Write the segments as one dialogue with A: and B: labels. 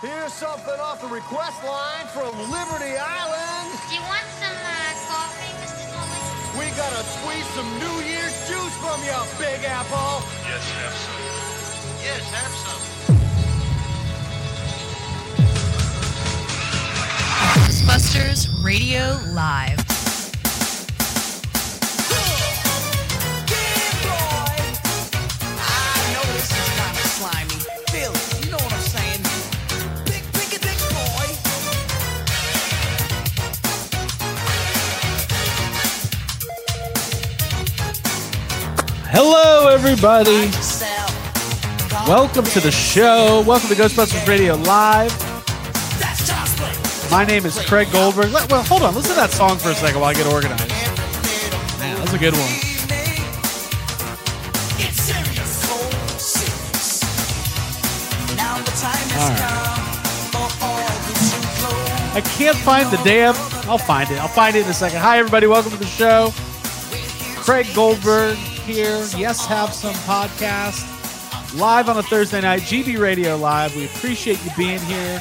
A: Here's something off the request line from Liberty Island.
B: Do you want some uh, coffee, Mr. Thomas?
A: We gotta squeeze some New Year's juice from you, Big Apple.
C: Yes, have some.
D: Yes, have some.
E: Ghostbusters Radio Live.
F: Hello, everybody. Welcome to the show. Welcome to Ghostbusters Radio Live. My name is Craig Goldberg. Let- Well, hold on. Listen to that song for a second while I get organized. Man, that's a good one. I can't find the damn. I'll find it. I'll find it in a second. Hi, everybody. Welcome to the show. Craig Goldberg here. Yes, have some podcast live on a Thursday night. GB Radio Live. We appreciate you being here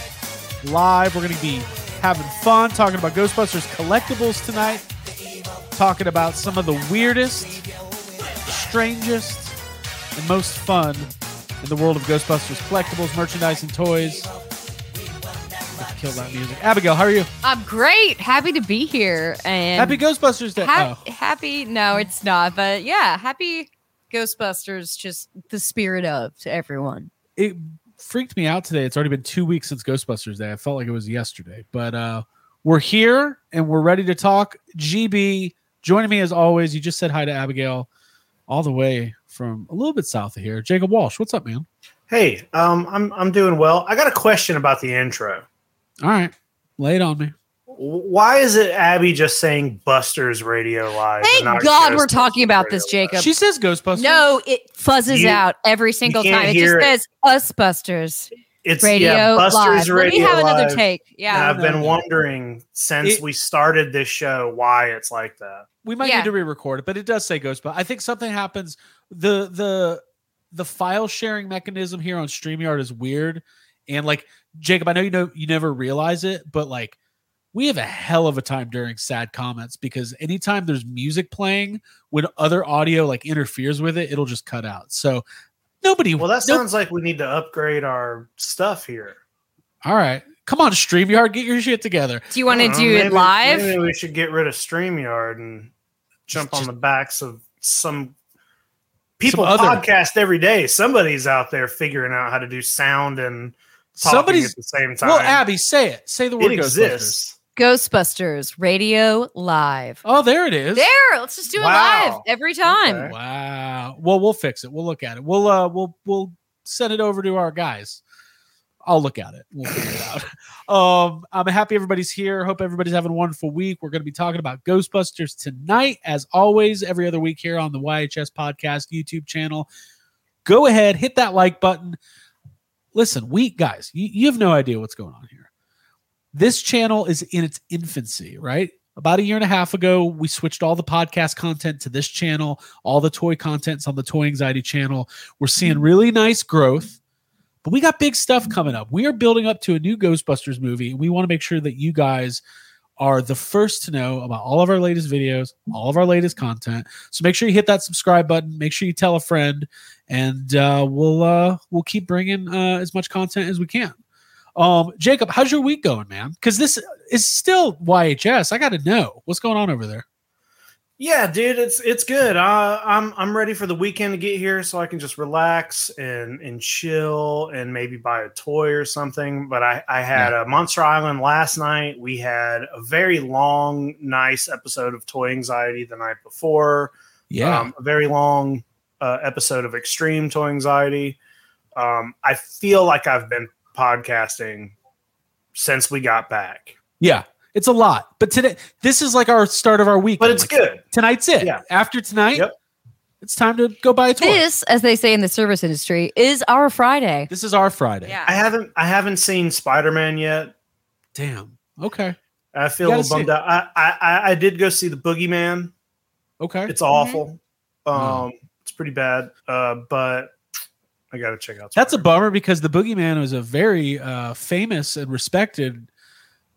F: live. We're going to be having fun talking about Ghostbusters collectibles tonight. Talking about some of the weirdest, strangest, and most fun in the world of Ghostbusters collectibles, merchandise, and toys. Kill that music. Abigail, how are you?
G: I'm Uh, great. Happy to be here. And
F: Happy Ghostbusters Day.
G: ha-
F: Oh.
G: happy. No, it's not. But yeah, happy Ghostbusters. Just the spirit of to everyone.
F: It freaked me out today. It's already been two weeks since Ghostbusters Day. I felt like it was yesterday. But uh we're here and we're ready to talk. GB joining me as always. You just said hi to Abigail all the way from a little bit south of here. Jacob Walsh, what's up, man?
H: Hey, um, I'm I'm doing well. I got a question about the intro.
F: All right. Lay it on me.
H: Wh- Why is it Abby just saying Buster's Radio Live? and
G: Thank
H: not
G: God we're
H: Ghostbusters
G: talking about this,
H: Radio Live?
G: Jacob.
F: She says Ghostbusters.
G: No, it fuzzes
H: You-
G: out every single
H: can't
G: time. It
H: hear
G: just
H: it.
G: says us Busters
H: It's
G: radio
H: yeah, Buster's
G: live. Let
H: Radio
G: me have another
H: Live.
G: take.
H: And
G: Yeah.
H: I've
F: No,
H: been
F: no.
H: wondering since
F: It-
H: we started this show why it's like that.
F: we might
G: Yeah.
F: need to re-record it, but it does say Ghostbusters. I think something happens. The the the file sharing mechanism here on StreamYard is weird. And like Jacob, I know you know you never realize it, but like we have a hell of a time during sad comments because anytime there's music playing, when other audio like interferes with it, it'll just cut out. So nobody
H: Well, that
F: no-
H: sounds like we need to upgrade our stuff here.
F: all right. Come on, StreamYard, get your shit together.
G: Do you want
H: I
G: to
H: don't know,
G: do it
H: Uh, maybe-
G: live?
H: Maybe we should get rid of Streamyard and jump on
F: Just-
H: the backs of some people
F: other-
H: podcast every day. Somebody's out there figuring out how to do sound and talking
F: Somebody's
H: at the same time.
F: well, Abby, say it. Say the word
H: it
F: Ghostbusters.
H: exists.
G: Ghostbusters Radio Live.
F: Oh, there it is.
G: There, let's just do it
H: Wow.
G: live every time.
H: Okay.
F: Wow. Well, we'll fix it. We'll look at it. We'll uh we'll we'll send it over to our guys. I'll look at it. We'll figure it out. Um, I'm happy everybody's here. Hope everybody's having a wonderful week. We're going to be talking about Ghostbusters tonight, as always, every other week here on the YHS podcast YouTube channel. Go ahead, hit that like button. Listen, we guys, you, you have no idea what's going on here. This channel is in its infancy, right? About a year and a half ago, we switched all the podcast content to this channel all the toy content's on the toy anxiety channel we're seeing really nice growth but we got big stuff coming up we are building up to a new ghostbusters movie and we want to make sure that you guys are the first to know about all of our latest videos all of our latest content so make sure you hit that subscribe button make sure you tell a friend and uh, we'll uh, we'll keep bringing uh, as much content as we can um jacob how's your week going man because this is still yhs i gotta know what's going on over there
H: Yeah, dude, it's it's good. Uh, I'm I'm ready for the weekend to get here so I can just relax and and chill and maybe buy a toy or something. But I I had a Monster Island last night. We had a very long, nice episode of Toy Anxiety the night before. um, a very long uh, episode of Extreme Toy Anxiety. Um, I feel like I've been podcasting since we got back,
F: Yeah, it's a lot. But today, this is like our start of our week.
H: but it's
F: Like,
H: good.
F: Tonight's it.
H: Yeah.
F: After tonight,
H: Yep.
F: it's time to go buy a toy. This,
G: This, as they say in the service industry, is our Friday.
F: is our Friday.
H: I haven't I haven't seen Spider Man yet.
F: Damn. Okay.
H: I feel
F: You
H: a
F: gotta
H: little bummed out. I, I I- I did go see the Boogeyman.
F: Okay.
H: It's awful.
F: Wow.
H: Um, it's pretty bad. Uh, but I got to check out.
F: That's a
H: Spider-Man.
F: bummer because the Boogeyman was a very uh, famous and respected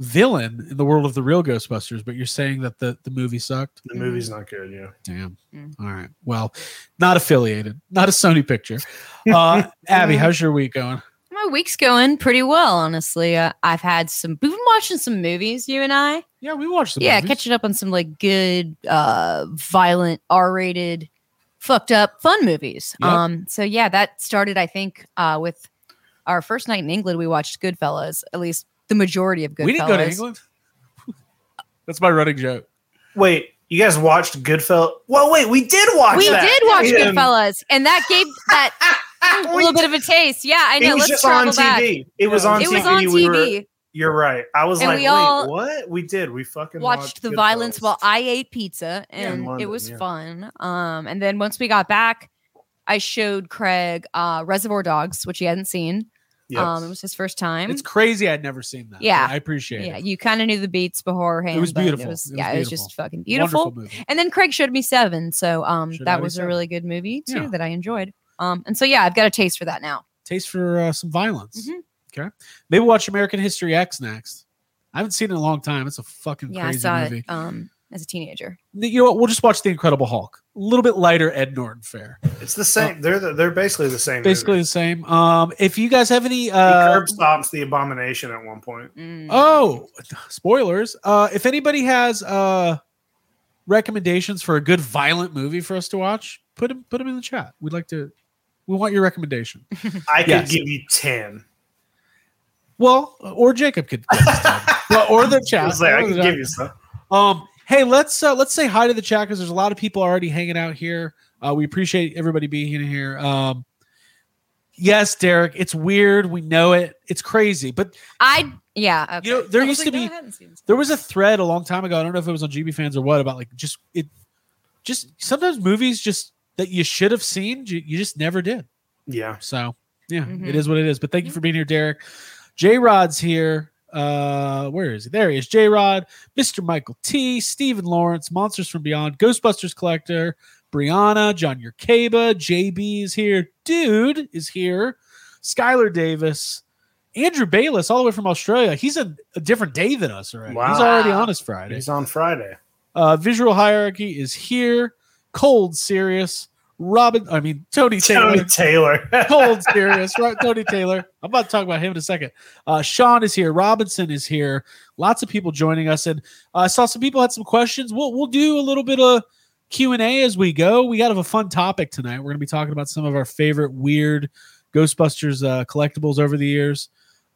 F: villain in the world of the real Ghostbusters. But you're saying that the, the movie sucked?
H: The movie's not good. Yeah.
F: Damn.
G: Mm.
F: All right. Well, not affiliated, not a Sony picture. Uh, Abby, how's your week going?
G: My week's going pretty well, honestly. Uh, I've had some. We've been watching some movies, you and I.
F: Yeah, we watched the
G: yeah,
F: movies.
G: catching up on some like good, uh, violent, R-rated, fucked up, fun movies.
F: Yep.
G: Um, so yeah, that started, I think, uh, with our first night in England. We watched Goodfellas, at least the majority of Goodfellas.
F: We didn't go to England. That's my running joke.
H: Wait, you guys watched Goodfellas? Well, wait, we did watch.
G: We
H: that.
G: did watch
H: Yeah.
G: Goodfellas, and that gave that a
H: We
G: little bit of a taste. Yeah, I
H: It
G: know.
H: was
G: Let's
H: just
G: travel
H: on TV.
G: back.
H: It was on
G: It
H: TV.
G: was on
H: We
G: TV.
H: were, you're right. I was
G: And
H: like,
G: we
H: wait,
G: all
H: what? We did. We fucking
G: watched, the violence
H: Goodfellas.
G: while I ate pizza,
H: Yeah, in
G: and it
H: London,
G: was
H: yeah.
G: fun. Um, and then once we got back, I showed Craig uh, Reservoir Dogs, which he hadn't seen.
H: Yes.
G: Um, it was his first time.
F: It's crazy I'd never seen that. but
G: Yeah.
F: I appreciate
G: yeah,
F: it.
G: you kind of knew the beats beforehand.
F: It was
G: but
F: beautiful.
G: It was,
F: It was
G: yeah, it was
F: beautiful.
G: just fucking beautiful.
F: Wonderful movie.
G: And then Craig showed me Seven, so um,
F: Showed
G: that
F: me
G: was
F: Seven.
G: a really good movie too
F: Yeah.
G: that I enjoyed. Um, and so yeah, I've got a taste for that now.
F: Taste for uh, some violence.
G: Mhm.
F: Okay. Maybe watch American History X next. I haven't seen it in a long time. It's a fucking
G: Yeah,
F: crazy
G: I saw
F: movie.
G: it um, as a teenager.
F: You know what? We'll just watch The Incredible Hulk. A little bit lighter Ed Norton fare.
H: it's the same. They're the, they're basically the same.
F: Basically
H: movie.
F: the same. Um, if you guys have any
H: He
F: uh,
H: curb stops the abomination at one point.
G: Mm.
F: Oh, spoilers. Uh, if anybody has uh, recommendations for a good violent movie for us to watch, put them put them in the chat. We'd like to. We want your recommendation.
H: I could
F: Yes.
H: give you ten.
F: Well, or Jacob could, well, or the
H: I
F: chat.
H: was like, I
F: Or
H: could
F: the-
H: give you some.
F: Um, hey, let's uh, let's say hi to the chat because there's a lot of people already hanging out here. Uh, we appreciate everybody being here. Um, yes, Derek, it's weird. We know it. It's crazy, but
G: I yeah. Okay.
F: You know, there
G: I was
F: used to
G: like, no,
F: be-
G: I hadn't seen
F: there was a thread a long time ago. I don't know if it was on GB fans or what about like just it, just sometimes movies just that you should have seen you, you just never did.
H: Yeah.
F: So yeah, it
G: Mhm.
F: is what it is. But thank you for being here, Derek. J Rod's here. Uh, where is he? There he is. J Rod, Mr. Michael T, Stephen Lawrence, Monsters from Beyond, Ghostbusters Collector, Brianna, John Yerkaba, JB is here. Dude is here. Skylar Davis, Andrew Bayless, all the way from Australia. He's a, a different day than us already. He's
H: Wow.
F: already on us Friday.
H: He's on Friday.
F: Uh, Visual Hierarchy is here. Cold Serious, Robin, I mean, Tony Taylor.
H: Tony Taylor.
F: Cold serious, right? Tony Taylor. I'm about to talk about him in a second. Uh, Sean is here. Robinson is here. Lots of people joining us, and uh, I saw some people had some questions. We'll we'll do a little bit of Q and A as we go. We got to have a fun topic tonight. We're gonna be talking about some of our favorite weird Ghostbusters uh, collectibles over the years.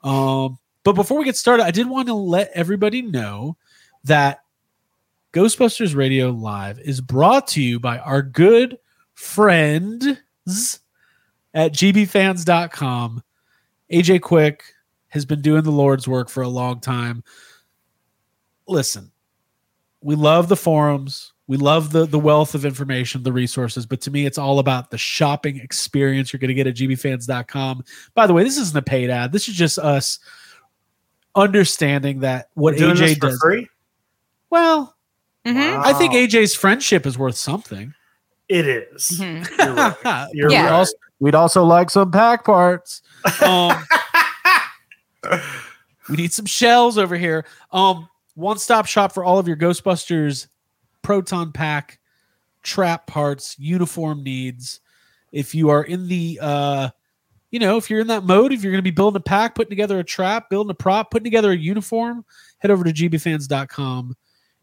F: Um, but before we get started, I did want to let everybody know that Ghostbusters Radio Live is brought to you by our good friends at gbfans.com. AJ Quick has been doing the Lord's work for a long time. Listen, we love the forums. We love the, the wealth of information, the resources, but to me, it's all about the shopping experience you're going to get at gbfans.com. By the way, this isn't a paid ad. This is just us understanding that what
H: doing this
F: AJ
H: for
F: does.
H: free.
F: Well,
G: it. Mhm.
F: Mm-hmm. I think
H: Wow.
F: AJ's friendship is worth something.
H: it is.
G: Mhm.
H: You're right. You're
G: Yeah.
F: We'd
H: right.
F: also- we'd also like some pack parts. Um, We need some shells over here. Um, one stop shop for all of your Ghostbusters proton pack, trap parts, uniform needs. If you are in the, uh, you know, if you're in that mode, if you're going to be building a pack, putting together a trap, building a prop, putting together a uniform, head over to gbfans.com.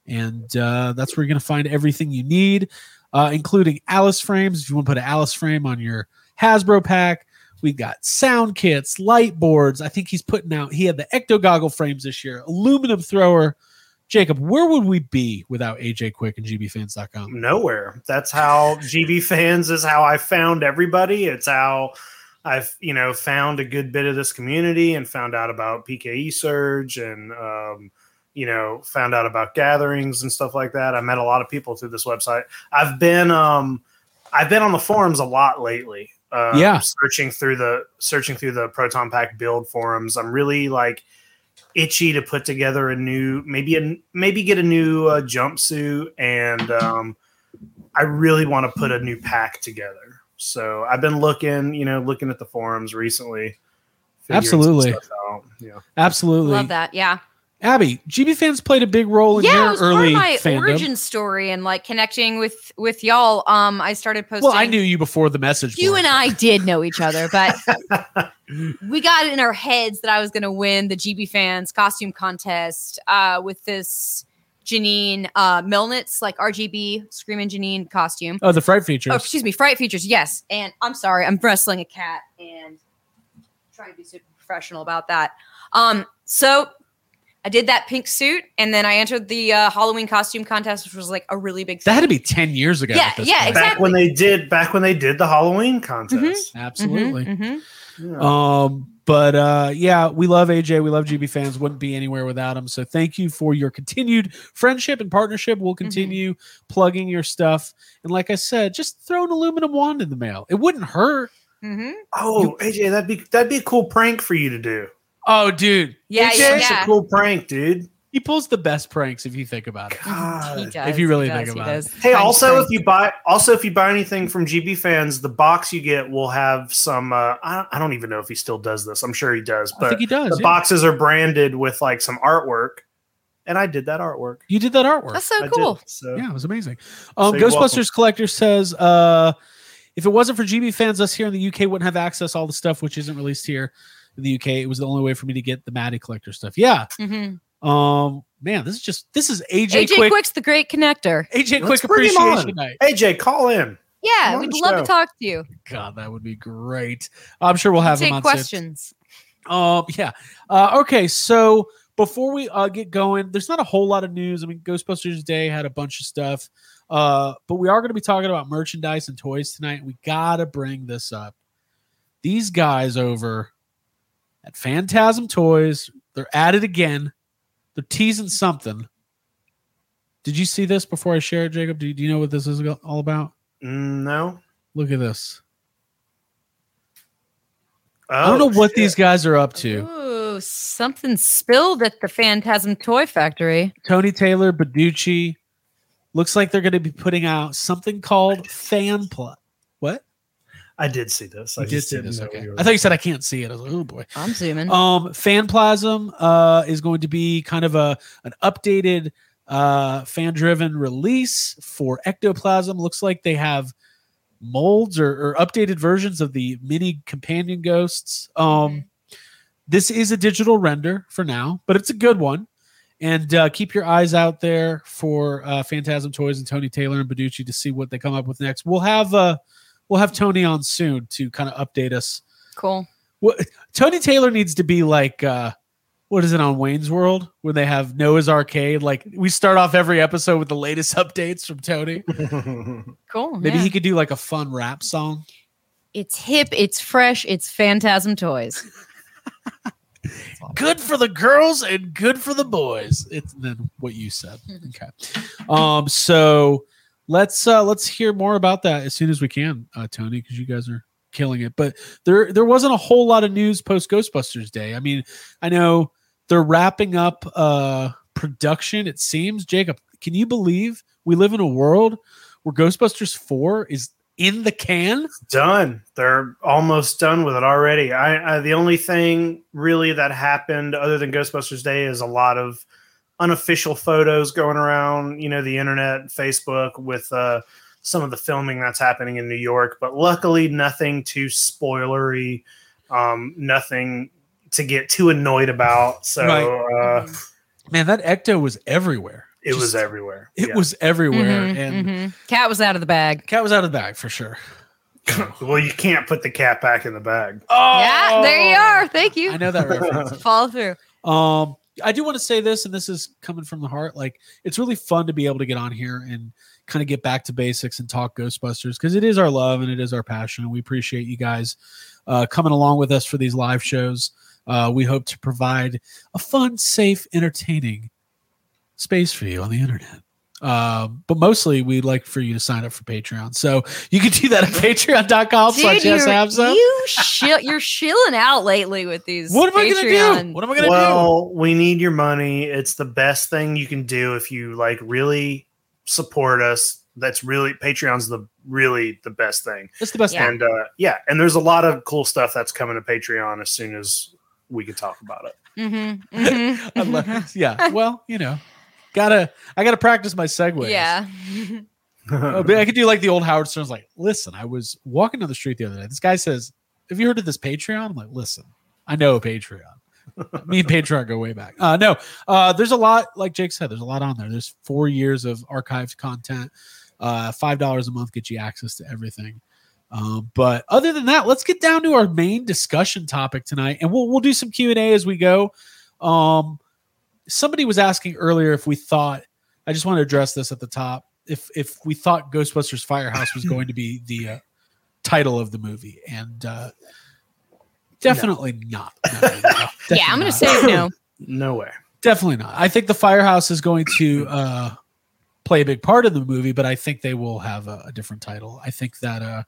F: And uh, that's where you're going to find everything you need, uh, including Alice frames. If you want to put an Alice frame on your Hasbro pack, we got sound kits, light boards. I think he's putting out, he had the ecto goggle frames this year, aluminum thrower. Jacob, where would we be without AJ Quick and GBFans.com?
H: nowhere. That's how GB fans is how I found everybody. It's how I've you know found a good bit of this community and found out about PKE Surge and um, you know found out about gatherings and stuff like that. I met a lot of people through this website. I've been um, I've been on the forums a lot lately. Uh,
F: Yeah.
H: searching through the searching through the Proton Pack build forums. I'm really like itchy to put together a new maybe a maybe get a new uh, jumpsuit and um, I really want to put a new pack together. So I've been looking, you know, looking at the forums recently. figuring some
F: Absolutely.
H: stuff out, Yeah.
F: Absolutely.
G: Love that. Yeah.
F: Abby, GB fans played a big role in
G: Yeah, it
F: your
G: was
F: early
G: part of my
F: fandom.
G: origin story and like connecting with with y'all. Um, I started posting.
F: well, I knew you before the message.
G: you
F: board.
G: and I did know each other, but we got it in our heads that I was going to win the GB fans costume contest uh, with this Janine uh, Melnitz, like RGB screaming Janine costume.
F: Oh, the fright features.
G: Oh, excuse me, Fright Features. Yes, and I'm sorry, I'm wrestling a cat and trying to be super professional about that. Um, so I did that pink suit, and then I entered the uh, Halloween costume contest, which was like a really big.
F: That had to
G: thing.
F: be 10 years ago.
G: Yeah,
F: at this
G: yeah,
F: point.
G: exactly.
H: Back when they did back when they did the Halloween contest.
F: Absolutely.
G: Mhm, mhm.
H: Yeah.
F: Um, but uh, yeah, we love AJ. We love GB fans. Wouldn't be anywhere without him. So thank you for your continued friendship and partnership.
G: Mm-hmm.
F: We'll continue plugging your stuff. And like I said, just throw an aluminum wand in the mail. It wouldn't hurt.
G: Mm-hmm.
H: Oh, AJ, that'd be that'd be a cool prank for you to do.
F: Oh, dude.
G: Yeah,
H: It's
G: yeah,
H: such
G: yeah.
H: a cool prank, dude.
F: He pulls the best pranks if you think about it.
H: God.
G: does.
F: If you really
G: he
F: think
G: does, he
F: about it.
G: does.
H: Hey,
G: I'm
H: also
G: sorry.
H: if you buy also if you buy anything from GB fans, the box you get will have some. Uh, I don't- I don't even know if he still does this. I'm sure he does,
F: I
H: but
F: think he does.
H: the
F: Oh, yeah.
H: boxes are branded with like some artwork, and I did that artwork.
F: You did that artwork.
G: That's so
H: I did,
G: cool.
H: so
F: Oh, yeah, it was amazing. Um,
H: you're
F: Ghostbusters
H: welcome.
F: Collector says, uh, if it wasn't for GB fans, us here in the UK wouldn't have access to all the stuff which isn't released here in the UK. It was the only way for me to get the Maddie Collector stuff. Yeah.
G: Mhm.
F: Um, man, this is just this is AJ,
G: AJ
F: Quick.
G: Quick's the great connector.
F: AJ Quick
H: Let's bring him
F: appreciation
H: on.
F: night.
H: AJ, call in. Come
G: Yeah,
H: on
G: we'd
H: the
G: love
H: show.
G: to talk to you.
F: God, that would be great. I'm sure we'll have him
G: Take
F: on soon.
G: questions.
F: Um, yeah. Uh, okay, so before we uh, get going, there's not a whole lot of news. I mean, Ghostbusters Day had a bunch of stuff, uh, but we are going to be talking about merchandise and toys tonight. We got to bring this up. These guys over at Phantasm Toys, they're at it again. They're teasing something. Did you see this before I share it, Jacob? Do you, do you know what this is all about?
H: Mm, No,
F: Look at this. I
H: Oh,
F: don't know what these guys are up
G: Oh,
F: to.
G: Ooh, something spilled at the Phantasm Toy Factory.
F: Tony Taylor, Beducci. Looks like they're going to be putting out something called Fan Plot. What?
H: I did see this. I
F: You
H: just
F: see
H: did not Know
F: Okay.
H: we were-
F: I thought you said I can't see it. I was like, oh boy.
G: I'm zooming.
F: Um, Fanplasm uh, is going to be kind of a an updated uh, fan driven release for Ectoplasm. Looks like they have molds or, or updated versions of the mini companion ghosts. Um, This is a digital render for now, but it's a good one. And uh, keep your eyes out there for uh, Phantasm Toys and Tony Taylor and Beducci to see what they come up with next. We'll have uh, we'll have Tony on soon to kind of update us
G: cool.
F: Tony Taylor needs to be like uh what is it on Wayne's World where they have Noah's Arcade? Like we start off every episode with the latest updates from Tony.
H: Oh,
G: Cool.
F: Maybe
G: yeah.
F: he could do like a fun rap song.
G: It's hip, it's fresh, it's Phantasm Toys.
F: Good for the girls and good for the boys. It's then what you said. Okay. Um so let's uh let's hear more about that as soon as we can, uh Tony, because you guys are killing it. But there there wasn't a whole lot of news post Ghostbusters Day. I mean, I know they're wrapping up uh production, it seems. Jacob, can you believe we live in a world where Ghostbusters 4 is in the can?
H: done. They're almost done with it already. I, I the only thing really that happened other than Ghostbusters Day is a lot of unofficial photos going around, you know, the internet, Facebook with uh some of the filming that's happening in New York, but luckily nothing too spoilery, um nothing to get too annoyed about. So
F: Right.
H: uh
F: Man, that ecto was everywhere.
H: it was
F: Just-
H: everywhere.
F: It
H: Yeah.
F: was everywhere
G: Mhm,
F: and
G: mhm. Cat was out of the bag.
F: cat was out of the bag for sure.
H: well, you can't put the cat back in the bag.
F: Oh,
G: Yeah, there you are. Thank
F: I
G: you.
F: know that reference.
G: Follow through.
F: Um, I do want to say this, and this is coming from the heart. Like, it's really fun to be able to get on here and kind of get back to basics and talk Ghostbusters because it is our love and it is our passion. And we appreciate you guys uh, coming along with us for these live shows. Uh, we hope to provide a fun, safe, entertaining space for you on the internet. Um, but mostly, we'd like for you to sign up for Patreon. So you can do that at patreon.com slash
G: Dude, you're,
F: yesabso.
G: you shill, you're shilling out lately with these.
F: What am I going to do?
G: Patreon-
F: What am I going to do?
H: well, we need your money. It's the best thing you can do if you like really support us that's really Patreon's the really the best thing.
F: It's the best
G: Yeah.
F: thing.
H: And uh, yeah, and there's a lot of cool stuff that's coming to Patreon as soon as we can talk about it.
G: Mm-hmm.
F: I love it. Yeah. Well, you know, gotta I gotta practice my segues.
G: Yeah.
F: Uh, but I could do like the old Howard Stern's like, listen, I was walking down the street the other day. This guy says, Have you heard of this Patreon? I'm like, listen, I know Patreon. Me and Patreon go way back. Uh no. Uh there's a lot, like Jake said, there's a lot on there. There's four years of archived content. Uh five dollars a month gets you access to everything. Um, but other than that, let's get down to our main discussion topic tonight, and we'll we'll do some Q and A as we go. Um, somebody was asking earlier if we thought I just want to address this at the top. If if we thought Ghostbusters Firehouse was going to be the uh, title of the movie, and uh, definitely not. No, no, no,
E: Yeah, I'm
F: definitely
E: gonna
F: not.
E: say no.
H: no way.
F: Definitely not. I think the firehouse is going to uh, play a big part in the movie, but I think they will have a, a different title. I think that uh,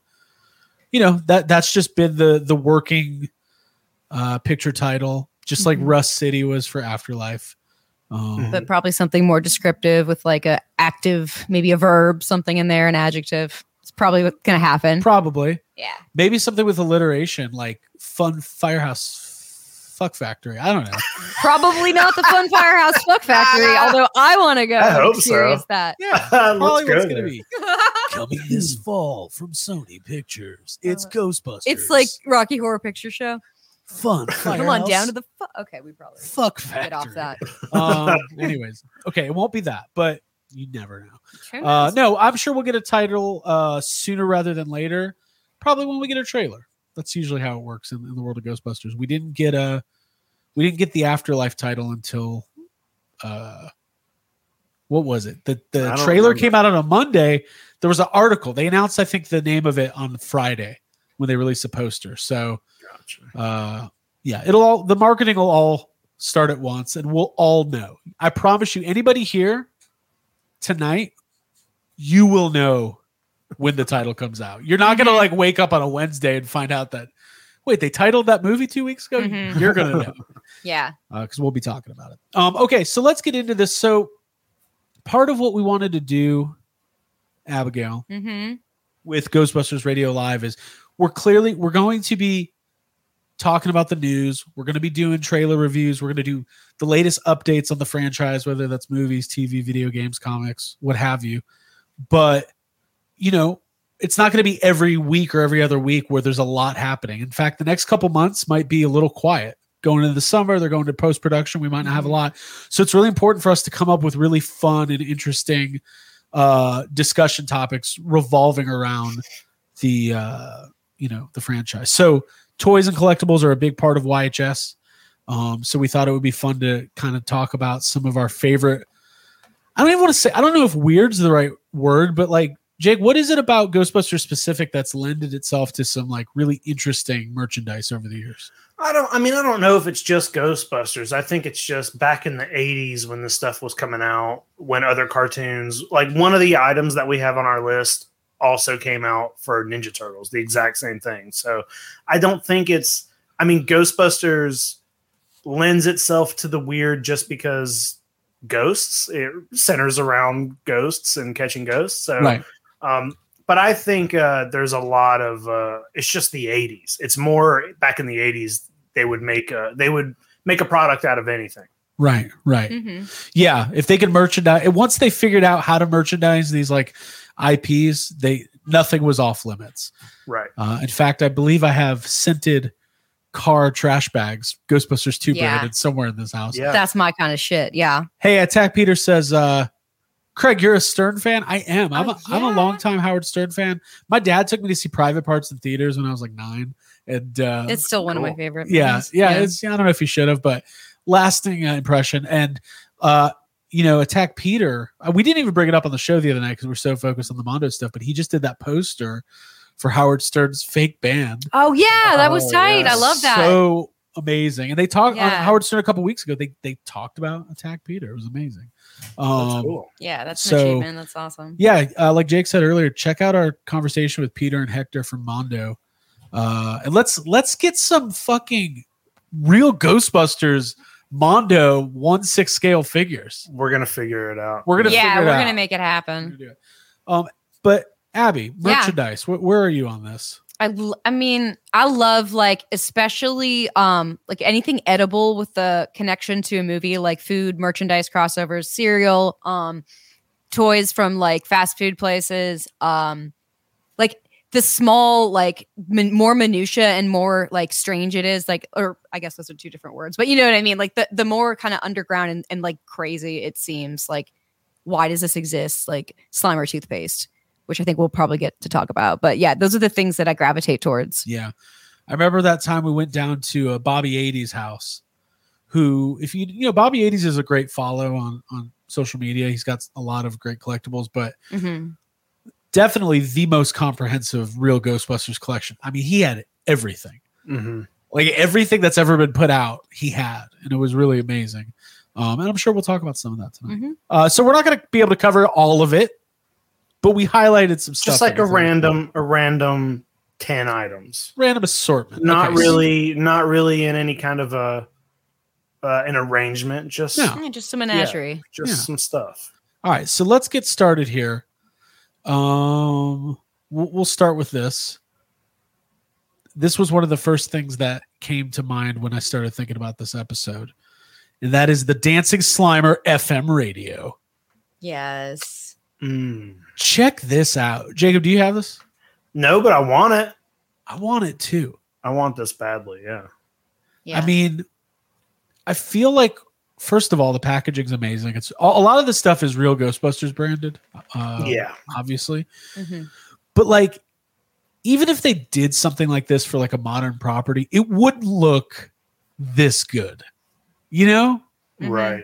F: you know that that's just been the the working uh, picture title, just like
G: Mhm.
F: Rust City was for Afterlife. Um,
G: But probably something more descriptive with like a active, maybe a verb, something in there, an adjective. It's probably what's gonna happen.
F: probably,
G: yeah.
F: maybe something with alliteration, like Fun Firehouse Fuck Factory. I don't know.
G: Probably not the Fun Firehouse Fuck Factory, althougz I want to go.
H: I hope so.
G: experience that.
F: Yeah,
H: Let's
F: probably
H: go
F: what's going to
H: there.
F: be coming this fall from Sony Pictures. It's Ghostbusters.
G: It's like Rocky Horror Picture Show.
F: fun.
G: Come on down to the. Fu- okay, we probably
F: fuck
G: get off
F: factory.
G: that.
F: um, anyways, okay, it won't be that, but you never know.
G: Who
F: Uh,
G: knows?
F: no, I'm sure we'll get a title uh, sooner rather than later. Probably when we get a trailer. That's usually how it works in, in the world of Ghostbusters. We didn't get a, we didn't get the Afterlife title until, uh, what was it? The the
H: I don't
F: trailer
H: remember.
F: came out on a Monday. There was an article. They announced, I think, the name of it on Friday when they released a poster. So
H: Gotcha.
F: uh yeah it'll all the marketing will all start at once and we'll all know i promise you anybody here tonight you will know when the title comes out you're not gonna like wake up on a wednesday and find out that wait they titled that movie two weeks ago
G: Mhm.
F: you're gonna know
G: Yeah.
F: because we'll be talking about it. Um, okay, so let's get into this. So, part of what we wanted to do, Abigail,
G: Mm-hmm.
F: with Ghostbusters Radio Live is we're clearly we're going to be talking about the news. We're going to be doing trailer reviews. We're going to do the latest updates on the franchise, whether that's movies, TV, video games, comics, what have you. But you know, it's not going to be every week or every other week where there's a lot happening. In fact, the next couple months might be a little quiet. Going into the summer, they're going to post production. We might not have a lot, so it's really important for us to come up with really fun and interesting uh discussion topics revolving around the uh you know the franchise so toys and collectibles are a big part of yhs um so we thought it would be fun to kind of talk about some of our favorite i don't even want to say i don't know if weird's the right word but like jake what is it about ghostbusters specific that's lended itself to some like really interesting merchandise over the years
H: I don't. I mean, I don't know if it's just Ghostbusters. I think it's just back in the '80s when this stuff was coming out, when other cartoons, like one of the items that we have on our list, also came out for Ninja Turtles, the exact same thing. So, I don't think it's. I mean, Ghostbusters lends itself to the weird just because ghosts. It centers around ghosts and catching ghosts. So,
F: right
H: um, but I think uh, there's a lot of uh, it's just the '80s. It's more back in the '80s they would make a, they would make a product out of anything.
F: right right
G: Mm-hmm.
F: Yeah, if they could merchandise and once they figured out how to merchandise these like IPs, they nothing was off limits.
H: Right.
F: Uh, in fact, I believe I have scented car trash bags, Ghostbusters 2
G: Yeah.
F: branded somewhere in this house.
H: Yeah.
G: That's my kind of shit. Yeah.
F: Hey, Attack Peter says, uh, Craig, you're a Stern fan. I am. I'm,
G: Oh,
F: a, am a
G: yeah.
F: long time Howard Stern fan. My dad took me to see Private Parts in theaters when I was like nine, and uh,
G: It's still one of my
H: cool.
G: favorite.
F: yeah,
G: movies.
F: yeah. It's, I don't know if he should have, but lasting uh, impression. And uh, you know, attack Peter. uh, we didn't even bring it up on the show the other night because we're so focused on the Mondo stuff. But he just did that poster for Howard Stern's fake band.
G: Oh yeah, that was
H: Oh,
G: tight.
H: yeah.
G: I love that.
F: So amazing. And they talked on
G: Yeah.
F: Howard Stern a couple weeks ago. They they talked about attack Peter. It was amazing.
H: That's
F: Um,
H: cool.
G: yeah, that's
F: so-
G: an achievement. That's awesome.
F: yeah, uh, like Jake said earlier, check out our conversation with Peter and Hector from Mondo, uh, and let's let's get some fucking real Ghostbusters Mondo one six scale figures.
H: We're gonna figure it out.
F: We're gonna
G: yeah,
F: figure it
G: we're
F: out.
G: gonna make it
F: We're gonna
G: happen.
F: do it. Um, But Abby,
G: Mm-hmm. Yeah.
F: merchandise. Wh- where are you on this?
G: I, l- I mean, I love like especially um like anything edible with the connection to a movie, like food, merchandise, crossovers, cereal, um, toys from like fast food places, um, like the small like min- more minutia and more like strange it is like or i guess those are two different words but you know what i mean like the, the more kind of underground and, and like crazy it seems like why does this exist like slimer toothpaste which I think we'll probably get to talk about. But yeah, those are the things that I gravitate towards.
F: Yeah. I remember that time we went down to uh, Bobby 80's house, who, if you, you know, Bobby 80's is a great follow on, on social media. He's got a lot of great collectibles, but
G: Mm-hmm.
F: definitely the most comprehensive real Ghostbusters collection. I mean, he had everything,
H: Mhm.
F: like everything that's ever been put out, he had, and it was really amazing. Um, and I'm sure we'll talk about some of that tonight.
G: Mhm.
H: Mm-hmm.
F: Uh, so we're not going to be able to cover all of it, but we highlighted some stuff.
H: Just like
F: that
H: a
F: we thought-
H: random, a random ten items.
F: random assortment.
H: Not
F: Okay, so-
H: really, not really in any kind of a uh, an arrangement. Just
F: No.
G: Yeah, just a menagerie.
H: just
F: Yeah.
H: some stuff.
F: All right, so let's get started here. Um, we'll, we'll start with this. This was one of the first things that came to mind when I started thinking about this episode, and that is the Dancing Slimer FM radio.
G: Yes.
H: Mm.
F: Check this out, Jacob. Do you have this?
H: No, but I want it.
F: I want it too.
H: I want this badly. Yeah.
G: Yeah.
F: I mean, I feel like first of all, the packaging's amazing. It's a, a lot of the stuff is real Ghostbusters branded. Uh,
H: yeah.
F: obviously.
G: Mhm.
F: But like, even if they did something like this for like a modern property, it would look this good, you know?
G: Mhm.
H: Right.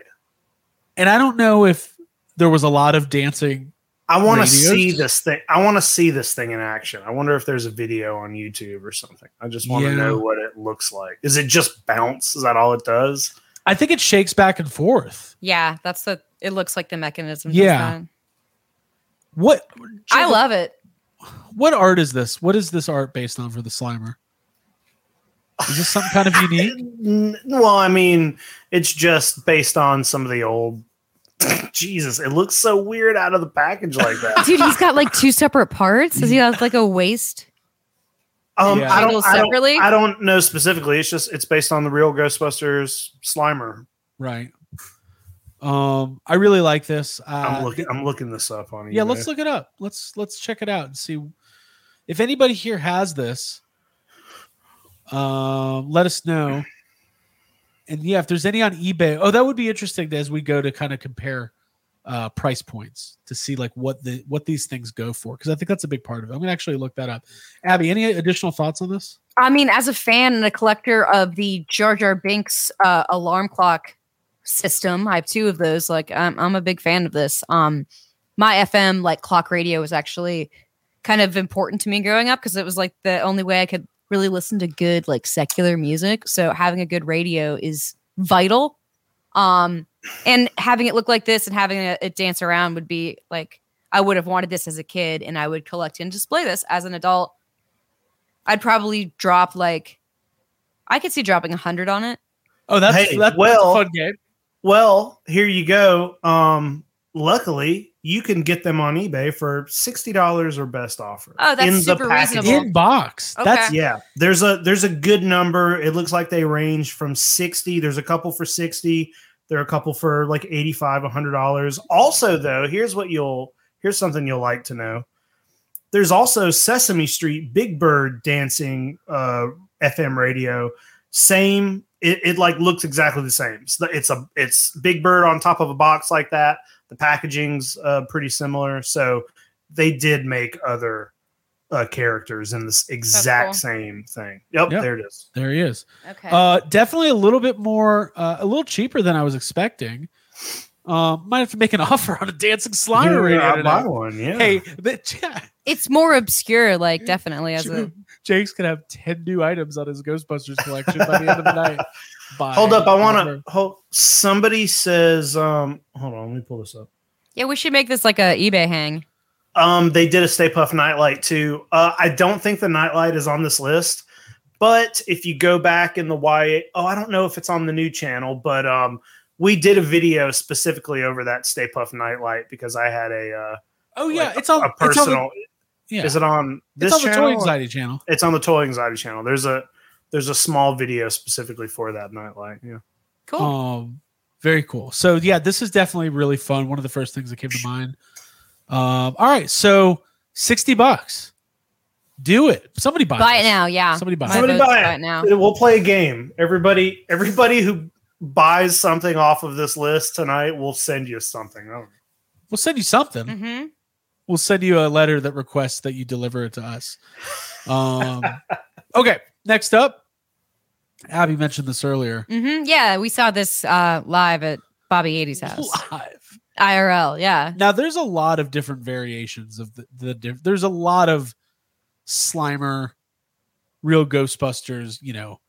F: And I don't know if there was a lot of dancing.
H: I want to
F: Radios?
H: see this thing. I want to see this thing in action. I wonder if there's a video on YouTube or something. I just want to
F: Yeah.
H: know what it looks like. Is it just bounce? Is that all it does?
F: I think it shakes back and forth.
G: Yeah, that's the it looks like the mechanism. does
F: Yeah.
G: that.
F: What
G: I love it.
F: what art is this? What is this art based on for the Slimer? Is this some kind of unique?
H: Eh, N- Well, I mean, it's just based on some of the old. Jesus, it looks so weird out of the package like that.
G: Dude, he's got like two separate parts. Does he have like a waist?
H: Um,
F: Yeah.
H: I,
G: Handle
H: don't, I, don't,
G: separately?
H: I don't know specifically. It's just it's based on the real Ghostbusters Slimer.
F: Right. Um, I really like this. Uh,
H: I'm looking. I'm looking this up on.
F: yeah
H: eBay.
F: let's look it up let's let's check it out and see if anybody here has this um let us know and yeah if there's any on ebay oh that would be interesting as we go to kind of compare uh price points to see like what the what these things go for because i think that's a big part of it i'm gonna actually look that up abby any additional thoughts on this
G: I mean, as a fan and a collector of the Jar Jar Binks uh, alarm clock system, I have two of those. Like, I'm, I'm a big fan of this. Um, my FM like clock radio was actually kind of important to me growing up because it was like the only way I could really listen to good like secular music. So having a good radio is vital. Um, and having it look like this and having it, it dance around would be like I would have wanted this as a kid, and I would collect and display this as an adult. I'd probably drop like I could see dropping a hundred on it.
F: oh that's
H: Hey,
F: that's,
H: well-
F: that's a fun game
H: Well, here you go. Um, luckily, you can get them on eBay for sixty dollars or best offer.
G: Oh, that's
H: the
G: super
H: package.
G: reasonable.
F: in box
G: Okay.
F: that's
H: Yeah, there's a there's a good number. It looks like they range from sixty. There's a couple for sixty. There are a couple for like eighty five, a hundred dollars. Also, though, here's what you'll here's something you'll like to know. There's also Sesame Street Big Bird dancing uh, FM radio. Same. It, it like looks exactly the same. It's, the- it's a it's Big Bird on top of a box like that. The packaging's uh, pretty similar. So they did make other uh, characters in this exact
G: cool.
H: same thing. Yep,
F: Yeah.
H: there it is.
F: there he is
G: Okay.
F: Uh, definitely a little bit more, uh, a little cheaper than I was expecting. Um, might have to make an offer on a dancing
H: Yeah,
F: slider. radio
H: I'll
F: tonight.
H: buy one. Yeah.
F: Hey, the,
G: it's more obscure, like definitely as a
F: Jake's gonna have ten new items on his Ghostbusters collection by the end of the night. Bye.
H: hold up. I want
F: Whatever.
H: to hold. Somebody says, um, hold on, let me pull this up.
G: yeah. We should make this like a eBay hang.
H: Um, they did a Stay Puff Nightlight too. Uh, I don't think the Nightlight is on this list, but if you go back in the YA, oh, I don't know if it's on the new channel, but um, we did a video specifically over that Stay Puff Nightlight because I had a uh,
F: Oh yeah,
H: like,
F: it's on
H: a
F: it's on the-
H: personal.
F: yeah,
H: Is it on this
F: it's on the
H: channel?
F: Toy Anxiety channel.
H: It's on the Toy Anxiety channel. There's a there's a small video specifically for that nightlight. Yeah.
G: Cool.
F: Um, very cool. So yeah, this is definitely really fun. One of the first things that came to mind. Um, all right, so sixty bucks. Do it. Somebody buy,
G: buy it
F: this.
G: now. Yeah.
F: Somebody buy
G: My
F: it.
H: Somebody
G: vote's
H: buy it.
G: now.
H: We'll play a game. Everybody everybody who buys something off of this list tonight will send you something. Oh, I don't-
F: We'll send you something.
G: Mm-hmm.
F: We'll send you a letter that requests that you deliver it to us. Um, okay. Next up, Abby mentioned this earlier.
G: Mm-hmm. Yeah, we saw this uh, live at Bobby 80's house.
F: Live.
G: IRL. Yeah.
F: Now there's a lot of different variations of the, the diff- there's a lot of Slimer, real Ghostbusters, you know,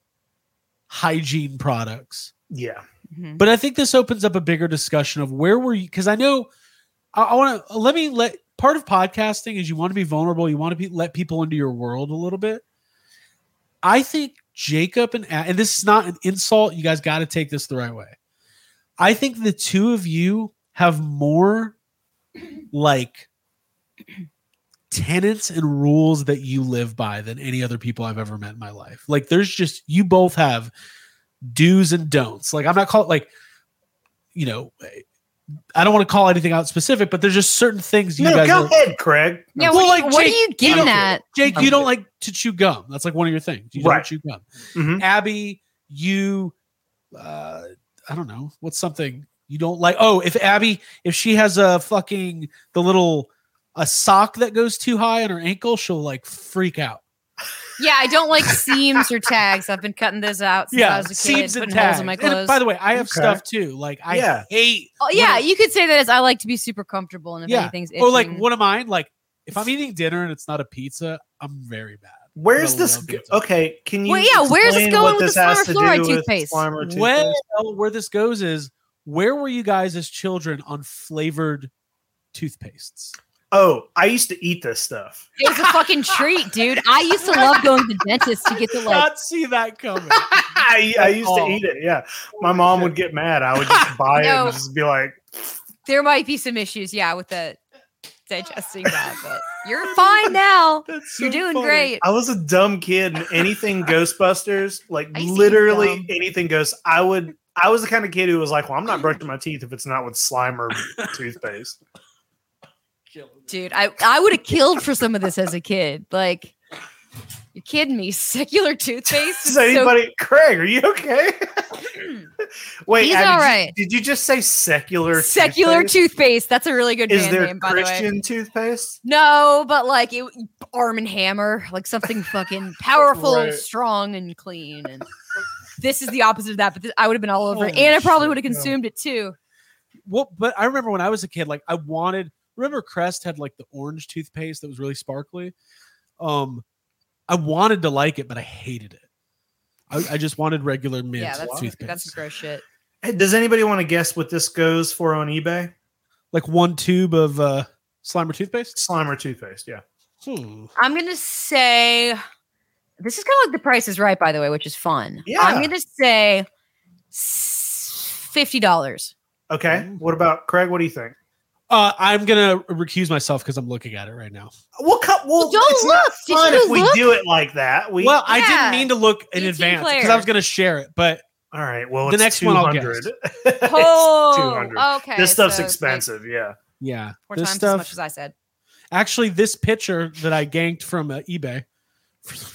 F: hygiene products.
H: Yeah.
G: Mhm.
F: But I think this opens up a bigger discussion of where were you? Because I know I, I want to let me let part of podcasting is you want to be vulnerable, you want to be let people into your world a little bit. I think Jacob and A- and this is not an insult. You guys got to take this the right way. I think the two of you have more like tenets and rules that you live by than any other people I've ever met in my life. Like there's just you both have do's and don'ts. Like I'm not calling like you know I don't want to call anything out specific, but there's just certain things you
H: No,
F: guys
H: go
F: are,
H: ahead, Craig.
G: Yeah.
F: Well,
G: what, are you-
F: like,
G: what are
F: Jake,
G: you
F: you
G: getting
F: know,
G: at?
F: Jake,
H: I'm
F: you don't
H: good.
F: like to chew gum. That's like one of your things. You don't
H: Right.
F: chew gum.
H: Mhm.
F: Abby, you, uh, I don't know. What's something you don't like? Oh, if Abby, if she has a fucking, the little, a sock that goes too high on her ankle, she'll like freak out.
G: Yeah, I don't like seams or tags. I've been cutting those out since I was a kid. putting holes in my
F: And
G: clothes.
F: by the way, I have
H: Okay.
F: stuff too. Like I
H: Yeah.
F: hate.
G: oh, yeah,
F: little-
G: you could say that as I like to be super comfortable and if
F: Yeah.
G: anything's
F: Or like
G: itching-
F: one of mine. Like if I'm eating dinner and it's not a pizza, I'm very bad.
H: Where's
F: I
H: this?
F: love
H: Go-
F: pizza.
H: okay, can you?
G: Well, yeah, where's this
H: explain
G: going
H: what
G: with
H: this
G: the
H: has
G: Slimer
H: to do
G: fluoride
H: with
G: toothpaste?
H: Slimer toothpaste?
F: Well, where this goes is where were you guys as children on flavored toothpastes?
H: oh, I used to eat this stuff.
G: It was a fucking treat, dude. I used to love going to the dentist to get the like.
F: Not see that coming.
H: I, I used to
F: all.
H: eat it. Yeah, my mom would get mad. I would just buy it
G: No.
H: and just be like,
G: There might be some issues, yeah, with the digesting that, but you're fine now.
F: That's
G: You're
F: so
G: doing
F: funny.
G: great.
H: I was a dumb kid, and anything Ghostbusters, like
G: I used to eat
H: literally
G: gum.
H: anything Ghost, I would. I was the kind of kid who was like, "Well, I'm not brushing my teeth if it's not with Slimer toothpaste."
G: Dude, I, I would have killed for some of this as a kid. Like, you're kidding me. Secular toothpaste. Is
H: Does
G: so-
H: anybody, Craig? Are you okay? Wait,
G: He's
H: Abby,
G: all
H: did you-
G: right.
H: Did you just say secular?
G: secular
H: toothpaste?
G: toothpaste. That's a really good
H: Is
G: band
H: there
G: name, by the way.
H: Christian toothpaste?
G: No, but like it, Arm and Hammer, like something fucking powerful,
H: Right.
G: strong, and clean. And this is the opposite of that. But this, I would have been all over, it.
F: Holy
G: and I probably
F: shit,
G: would have
H: no.
G: consumed it too.
F: Well, but I remember when I was a kid, like I wanted. Remember, Crest had like the orange toothpaste that was really sparkly. Um, I wanted to like it, but I hated it. I, I just wanted regular mint
G: yeah, that's
F: toothpaste,
G: that's gross shit.
H: Hey, does anybody want to guess what this goes for on eBay?
F: like one tube of uh, Slimer toothpaste.
H: Slimer toothpaste. Yeah.
F: Hmm.
G: I'm gonna say this is kind of like The Price is Right, by the way, which is fun. I'm
H: Yeah.
G: gonna say s- fifty dollars.
H: Okay.
F: Ooh.
H: What about Craig? What do you think?
F: Uh, I'm gonna recuse myself because I'm looking at it right now.
H: We'll cut. We'll.
G: Well, don't
H: it's not
G: look. Did
H: fun
G: you
H: if we
G: look?
H: do it like that. We.
F: well, I
G: Yeah. E
F: didn't mean to look in
G: 18
F: advance because I was gonna share it, but
H: all right. Well,
F: the
H: it's
F: next
H: 200.
F: one I'll guess.
H: It's
G: Oh,
H: 200.
G: okay.
H: this stuff's
G: so it's like
H: expensive. yeah.
F: yeah,
G: Four
F: this
G: times as
F: stuff.
G: much as I said.
F: actually, this picture that I ganked from uh, eBay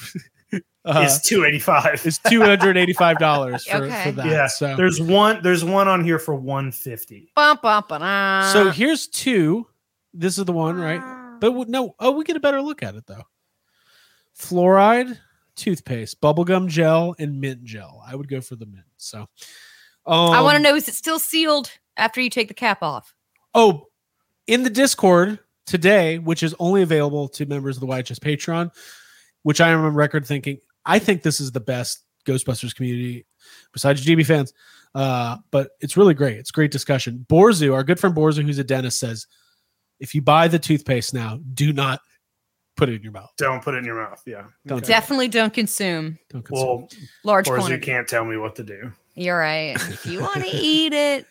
F: uh,
H: it's two eighty five.
F: is two hundred eighty-five dollars for,
G: Okay.
F: for that.
H: Yeah,
F: So,
H: There's one. There's one on here for one fifty.
G: Bum, bum, ba-da.
F: so here's two. This is the one,
G: Uh.
F: right? But w- no, oh, we get a better look at it though. Fluoride toothpaste, bubblegum gel, and mint gel. I would go for the mint. So, um,
G: I want to know is it still sealed after you take the cap off?
F: Oh, in the Discord today, which is only available to members of the YHS Patreon, which I am on record thinking, I think this is the best Ghostbusters community besides GB fans. Uh, but it's really great. It's great discussion. Borzu, our good friend Borzu, who's a dentist, says if you buy the toothpaste now, do not put it in your mouth.
H: Don't put it in your mouth. Yeah.
F: Don't do it.
G: Definitely don't consume
F: Don't consume
H: Well,
G: large
H: Borzu
G: quantities.
H: can't tell me what to do.
G: You're right. If you want to eat it,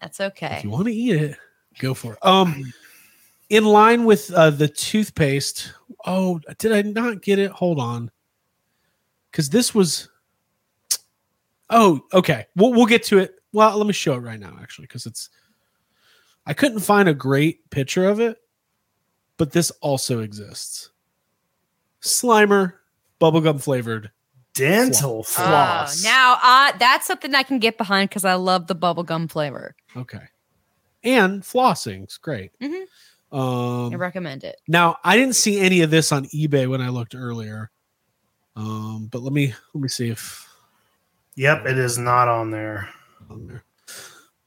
G: that's
F: it. If
G: okay.
F: you want to eat it, go for it. Um, in line with uh, the toothpaste. Oh, did I not get it? Hold on, because this was. Oh, okay. We'll we'll get to it. Well, let me show it right now, actually, because it's. I couldn't find a great picture of it, but this also exists. Slimer, bubblegum flavored.
H: Dental floss.
G: Oh, now uh, that's something I can get behind because I love the bubblegum flavor.
F: Okay, and flossing's great.
G: Mhm.
F: Um,
G: I recommend it.
F: Now I didn't see any of this on eBay when I looked earlier. Um, but let me let me see if
H: Yep, it is not on there.
F: on there.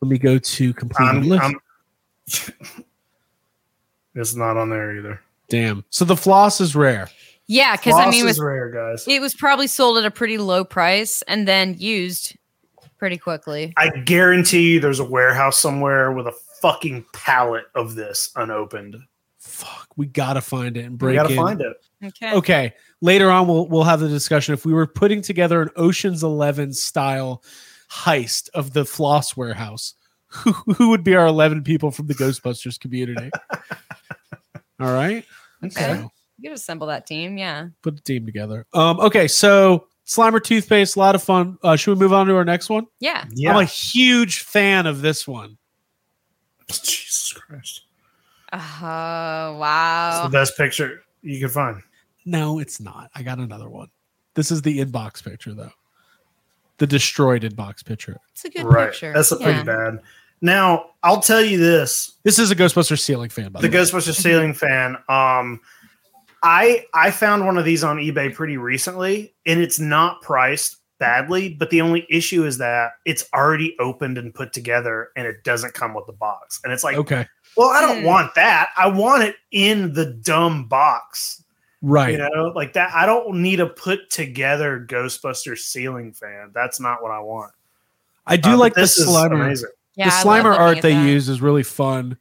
F: Let me go to complete
H: I'm,
F: list.
H: I'm, it's not on there either.
F: Damn. So the floss is rare.
G: Yeah, because I
H: Floss
G: mean,
H: is
G: with,
H: rare, guys.
G: it was probably sold at a pretty low price and then used pretty quickly.
H: I guarantee you, there's a warehouse somewhere with a fucking pallet of this unopened.
F: Fuck, we gotta find it and
H: We
F: break
H: gotta
F: in.
H: find it.
G: Okay.
F: Okay. Later on, we'll we'll have the discussion if we were putting together an Ocean's Eleven style heist of the floss warehouse. Who, who would be our eleven people from the Ghostbusters community? All right.
G: Okay.
F: So-
G: You could assemble that team. Yeah.
F: put the team together. Um, okay, so Slimer toothpaste, a lot of fun. Uh, should we move on to our next one?
G: Yeah.
H: Yeah.
F: I'm a huge fan of this one.
H: Jesus Christ.
G: Oh,
H: It's
G: wow.
H: the best picture you can find.
F: No, it's not. I got another one. This is the inbox picture though. The destroyed inbox picture.
G: It's a good
H: right.
G: picture.
H: That's a pretty
G: Yeah.
H: bad. Now, I'll tell you this.
F: This is a Ghostbuster ceiling fan. By
H: the
F: the, way.
H: Ghostbusters ceiling fan. Um, I I found one of these on eBay pretty recently, and it's not priced badly. But the only issue is that it's already opened and put together, and it doesn't come with the box. And it's like,
F: Okay,
H: well, I don't
G: Hmm.
H: want that. I want it in the dumb box.
F: right.
H: You know, like that. I don't need a put together Ghostbusters ceiling fan. That's not what I want.
F: I do
H: Uh, but
F: like the
H: this is
F: Slimer.
H: amazing.
G: Yeah,
F: the
G: I love
F: Slimer
G: looking
F: art
G: at
F: they
G: that.
F: use is really fun.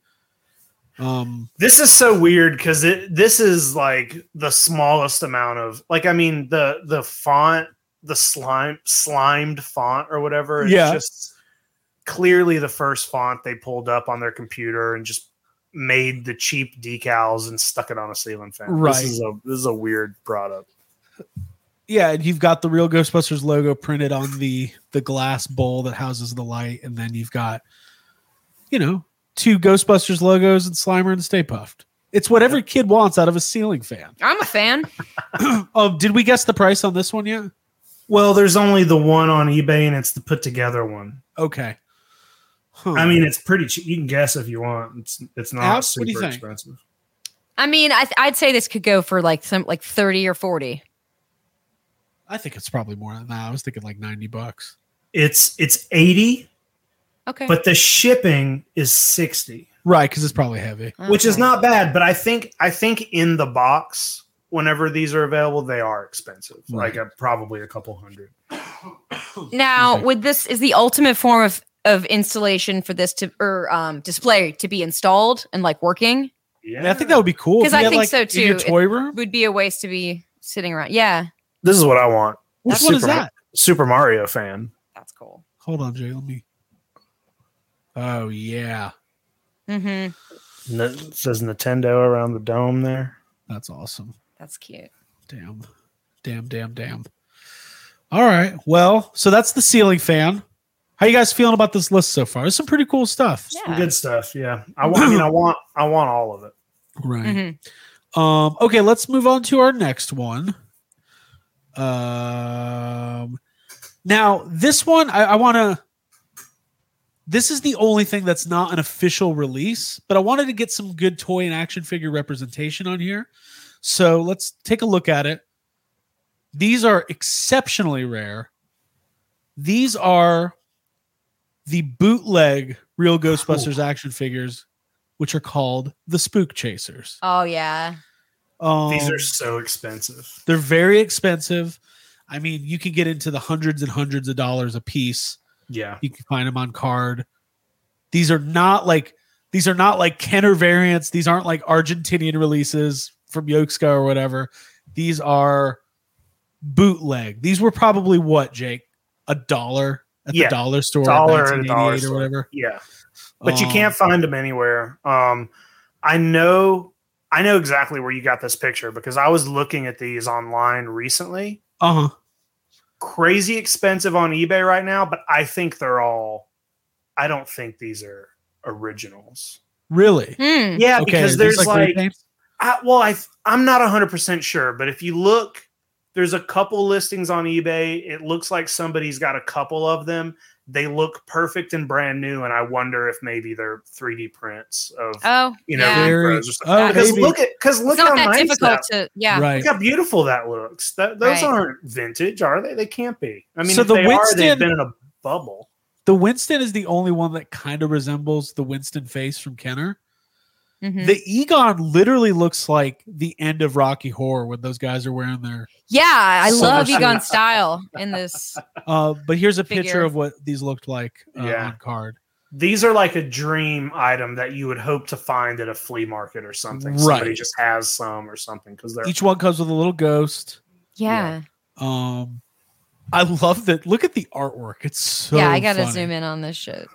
F: Um,
H: This is so weird because it this is like the smallest amount of like I mean the the font the slime slimed font or whatever it's
F: Yeah.
H: just clearly the first font they pulled up on their computer and just made the cheap decals and stuck it on a ceiling fan.
F: Right.
H: This is a this is a weird product.
F: yeah, and you've got the real Ghostbusters logo printed on the the glass bowl that houses the light, and then you've got, you know, two Ghostbusters logos and Slimer and Stay Puffed. It's what every kid wants out of a ceiling fan.
G: I'm a fan.
F: Oh, did we guess the price on this one yet?
H: Well, there's only the one on eBay and it's the put together one.
F: Okay. Huh.
H: I mean, it's pretty cheap. You can guess if you want. It's it's not
F: Ab, what do you
H: super
F: think?
H: expensive.
G: I mean, I th- I'd say this could go for like some like 30 or 40.
F: I think it's probably more than that. I was thinking like ninety bucks.
H: It's it's 80
G: Okay.
H: but the shipping is 60
F: Right, because it's probably heavy.
H: which is
G: Okay.
H: not bad but i think i think in the box whenever these are available they are expensive like a, probably a couple hundred
G: Now,
F: Excuse
G: would this is the ultimate form of of installation for this to or um display to be installed and like working
F: And I think that would be cool. if
G: 'Cause
F: you
G: I
F: had,
G: think
F: like,
G: so,
F: in your
G: too.
F: toy room.
G: would be a waste to be sitting around. Yeah,
H: this is what i want
F: Which
H: That's
F: one is
H: super-
F: that?
H: super mario fan
G: that's cool.
F: Hold on, Jay. Let me. Oh yeah,
G: Mm-hmm.
H: N- it says nintendo around the dome there
F: that's awesome.
G: That's cute.
F: Damn. Damn, damn, damn. All right. Well, so that's the ceiling fan. How you guys feeling about this list so far? There's some pretty cool stuff.
G: Yeah.
H: good stuff yeah i want i mean i want i want all of it
F: Right.
G: Mhm.
F: Um, okay, let's move on to our next one. Um now this one I, I wanna this is the only thing that's not an official release, but I wanted to get some good toy and action figure representation on here. So let's take a look at it. These are exceptionally rare. These are the bootleg real Ghostbusters action figures, which are called the Spook Chasers.
G: Oh yeah.
F: Um,
H: these are so expensive
F: they're very expensive. I mean, you can get into the hundreds and hundreds of dollars a piece.
H: yeah
F: You can find them on card. These are not like these are not like Kenner variants. These aren't like Argentinian releases from Yoxka or whatever. These are bootleg. These were probably what Jake a dollar at
H: Yeah.
F: the dollar store,
H: Dollar at
F: in
H: a dollar
F: 1988
H: store.
F: or whatever.
H: yeah but you
F: Um,
H: can't find them anywhere um I know I know exactly where you got this picture because I was looking at these online recently.
F: Uh huh.
H: Crazy expensive on eBay right now, but I think they're all I don't think these are originals.
F: Really?
G: Hmm.
H: Yeah,
F: Okay,
H: because
F: just
H: there's like
F: rape names?
H: I, well, I I'm not 100% sure, but if you look, there's a couple listings on eBay. It looks like somebody's got a couple of them. They look perfect and brand new, and I wonder if maybe they're 3D prints of
G: Oh,
H: you know
G: yeah.
F: Very-
H: repros or something.
F: oh,
H: Because
F: maybe.
H: look at because look
G: it's
H: how
G: not that
H: nice
G: difficult
H: that.
G: to. Yeah.
F: Right.
H: Look how beautiful that looks. That those
G: Right.
H: aren't vintage, are they? They can't be. I mean,
F: So
H: if
F: the
H: they are,
F: Winston-
H: they've been in a bubble.
F: The Winston is the only one that kind of resembles the Winston face from Kenner.
G: Mhm.
F: The Egon literally looks like the end of Rocky Horror when those guys are wearing their.
G: Yeah, I
F: So
G: love
F: much-
G: Egon's style in this.
F: Uh, but here's a
G: Figure.
F: picture of what these looked like uh,
H: Yeah.
F: on card.
H: These are like a dream item that you would hope to find at a flea market or something. Somebody
F: Right.
H: just has some or something because they're
F: Each one comes with a little ghost.
G: Yeah.
F: Um, I love that. Look at the artwork. It's so.
G: yeah, I gotta
F: funny.
G: zoom in on this shit.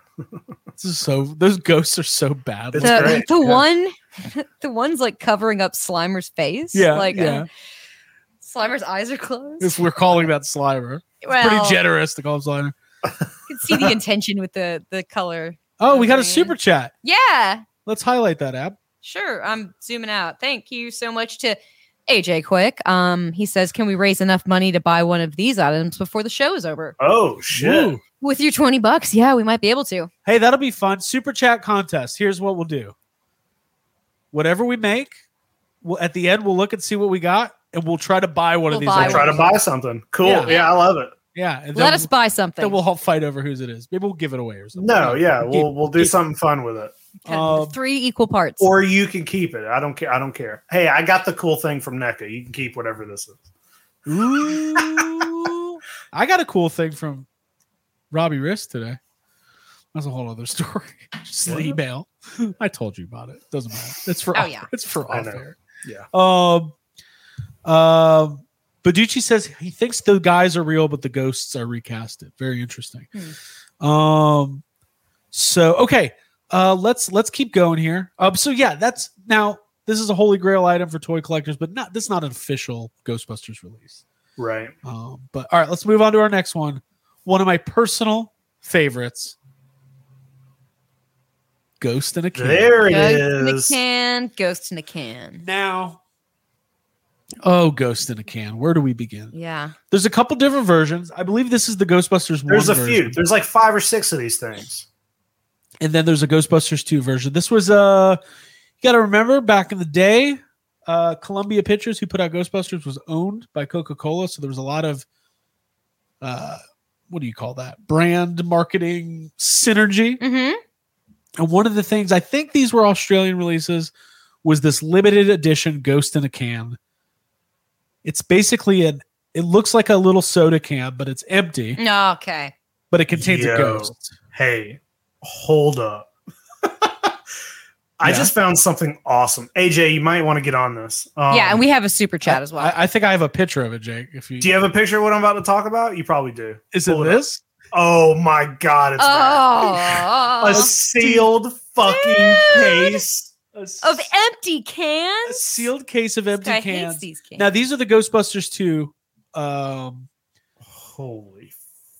F: This is so. Those ghosts are so bad.
H: It's
G: the
H: great,
G: the
H: yeah.
G: one, the one's like covering up Slimer's face.
F: yeah,
G: like uh,
F: yeah.
G: Slimer's eyes are closed.
F: if we're calling that Slimer,
G: well,
F: pretty generous to call him Slimer.
G: you can see the intention with the the color.
F: Oh, we got a
G: Okay.
F: super chat.
G: Yeah,
F: Let's highlight that app.
G: sure. I'm zooming out. Thank you so much to AJ Quick. Um, he says, "Can we raise enough money to buy one of these items before the show is over?"
H: oh shit.
F: Woo.
G: With your twenty bucks, yeah, we might be able to.
F: Hey, that'll be fun. Super chat contest. Here's what we'll do. Whatever we make, we'll at the end we'll look and see what we got, and we'll try to buy one
G: We'll
F: of these.
G: buy
F: items.
H: try to buy something. Cool.
F: Yeah.
H: Yeah, I love it.
F: Yeah, and
G: Let
F: then,
G: us buy something.
F: Then we'll all fight over whose it is. Maybe we'll give it away or something.
H: No, yeah, we'll we'll do
F: keep-
H: something fun with it.
G: Kind
F: um,
G: of three equal parts.
H: Or you can keep it. I don't care. I don't care. Hey, I got the cool thing from NECA. You can keep whatever this is.
F: Ooh, I got a cool thing from Robbie Risk today. That's a whole other story. Just an
H: What?
F: email. I told you about it. Doesn't matter. It's for
G: Oh,
F: off-
G: yeah.
F: It's for
H: I
F: off
H: know.
F: air.
H: Yeah.
F: Um. Um. Beducci says he thinks the guys are real, but the ghosts are recasted. Very interesting. Um. So okay. Uh. Let's let's keep going here. Um. So yeah. That's now. This is a holy grail item for toy collectors, but not this is not an official Ghostbusters release.
H: Right.
F: Um, but all right, let's move on to our next one. One of my personal favorites Ghost in a Can.
H: There it
G: Ghost
H: is.
G: in a can. Ghost in a can.
F: Now, oh, Ghost in a Can. Where do we begin?
G: Yeah.
F: There's a couple different versions. I believe this is the Ghostbusters
H: There's a
F: one.
H: few.
F: version.
H: There's like five or six of these things.
F: And then there's a Ghostbusters 2 version. This was, uh, you got to remember back in the day, uh, Columbia Pictures, who put out Ghostbusters, was owned by Coca Cola. So there was a lot of, uh, what do you call that? Brand marketing synergy.
G: Mm-hmm.
F: And one of the things I think these were Australian releases was this limited edition Ghost in a Can. It's basically an it looks like a little soda can, but it's empty,
G: No, okay.
F: but it contains a
H: Yo.
F: ghost.
H: Hey, hold up. I
F: Yeah.
H: just found something awesome. AJ, you might want to get on this. Um,
G: yeah, and we have a super chat as well.
F: I, I think I have a picture of it, Jake. If you,
H: do you have a picture of what I'm about to talk about? You probably do.
F: is it
H: pull it up?
F: this?
H: Oh my god, it's that.
G: oh,
H: a sealed fucking
G: Dude.
H: case. A s-
G: Oh, of empty
F: A
G: cans.
F: sealed case of
G: This
F: empty
G: guy hates
F: cans.
G: these cans.
F: Now these are the Ghostbusters 2. Um,
H: Holy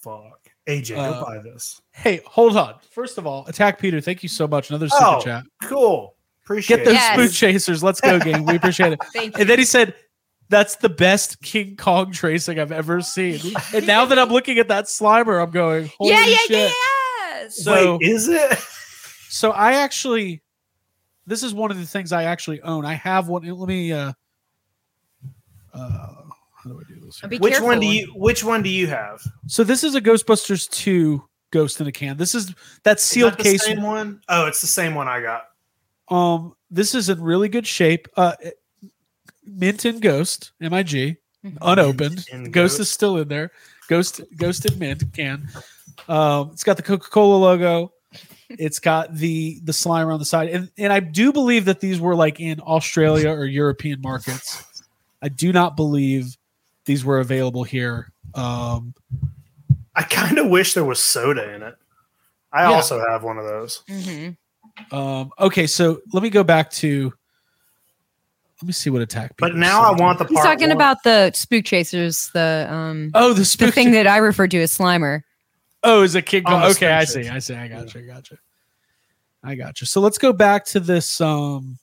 H: fuck. AJ,
F: Uh,
H: go buy this.
F: hey, hold on. First of all, attack Peter. Thank you so much. Another super
H: Oh,
F: chat.
H: Cool. Appreciate
F: Get those
H: it.
G: Yes.
F: food chasers. Let's go, gang. We appreciate it.
G: Thank you.
F: And then he said, "That's the best King Kong tracing I've ever seen." And now that I'm looking at that Slimer, I'm going, "Holy
G: yeah, yeah,
F: shit!"
G: yes.
F: So-
H: Wait, is it?
F: So I actually, this is one of the things I actually own. I have one. Let me. uh uh How do I do this? here?
G: Be
H: Which one
G: careful.
H: do you which one do you have? Is
F: So this is a Ghostbusters two Ghost in a Can. This is that sealed
H: that the
F: case.
H: same one? Oh, it's the same one I got.
F: Um, this is in really good shape. Uh, it- Mint and Ghost, M I G,
G: Mhm.
F: unopened.
H: Mint and
F: The ghost
H: Ghost.
F: is still in there. Ghost, ghosted mint can. Um, it's got the Coca Cola logo. It's got the the Slimer on the side, and and I do believe that these were like in Australia or European markets. I do not believe these were available here. Um,
H: I kind of wish there was soda in it. I
F: Yeah.
H: also have one of those.
G: Mhm.
F: Um, okay, so let me go back to. Let me see what attack.
H: But
F: people
H: now I
F: said.
H: want the
G: He's
H: part
G: talking
H: one-
G: about the spook chasers, the um,
F: Oh, the
G: the
F: spook
G: thing that I refer to as Slimer.
F: Oh, is a kid
H: On
F: Kong.
H: the
F: Okay, I
H: spaceship.
F: see. I see. I gotcha. I gotcha. I gotcha. So let's go back to this. Um,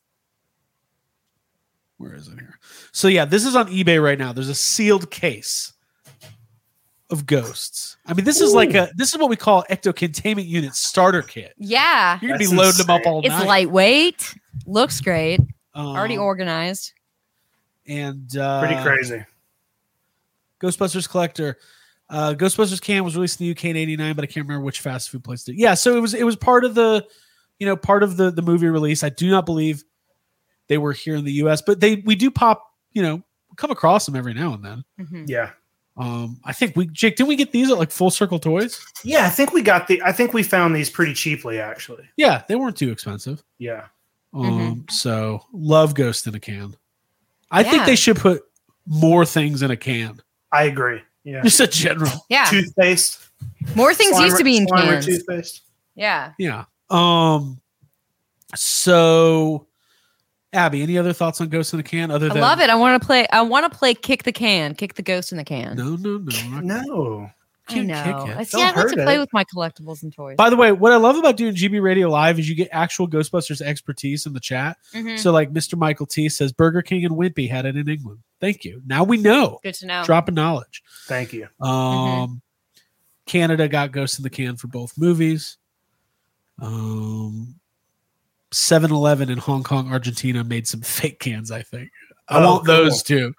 F: where is it here? So yeah, this is on eBay right now. There's a sealed case of ghosts. I mean, this is like a this is what we call ectocontainment unit starter kit.
G: Yeah,
F: You're gonna
H: That's
F: be loading them up
H: insane.
F: all
G: Ah, it's
F: night.
G: lightweight, looks great,
F: Um,
G: already organized.
F: and uh,
H: pretty crazy.
F: Ghostbusters Collector. Uh, Ghostbusters Can was released in the UK in '89, but I can't remember which fast food place did. Yeah, so it was it was part of the, you know, part of the the movie release. I do not believe they were here in the U.S., but they we do pop, you know, come across them every now and then.
G: Mhm.
H: Yeah.
F: Um, I think we Jake, didn't we get these at like Full Circle Toys?
H: Yeah, I think we got the I think we found these pretty cheaply actually.
F: Yeah, they weren't too expensive.
H: Yeah.
F: Um,
G: Mhm.
F: so love Ghost in a can. I think
G: Yeah.
F: they should put more things in a can.
H: I agree. Yeah.
F: Just a general.
G: Yeah,
H: Toothpaste.
G: more things used to be in
H: Slimer- Slimer
G: cans.
H: toothpaste.
G: Yeah.
F: Yeah. Um. So, Abby, any other thoughts on Ghost in a Can? Other
G: I
F: than
G: love it. I want to play. I want to play kick the can, kick the ghost in the can.
F: No, no, no.
H: No.
G: I
F: can't kick
G: know.
F: it.
G: I see.
H: Don't
G: I like to
H: hurt
G: play
H: it.
G: with my collectibles and toys.
F: By the way, what I love about doing GB Radio Live is you get actual Ghostbusters expertise in the chat.
G: Mhm.
F: So, like Mr. Michael T says, Burger King and Wimpy had it in England. Thank you. Now we know.
G: Good to know.
F: Dropping knowledge.
H: Thank you.
F: Um,
G: Mm-hmm.
F: Canada got Ghost in the Can for both movies. Um, 7 Eleven in Hong Kong, Argentina made some fake cans, I think. I
H: Oh,
F: want those too.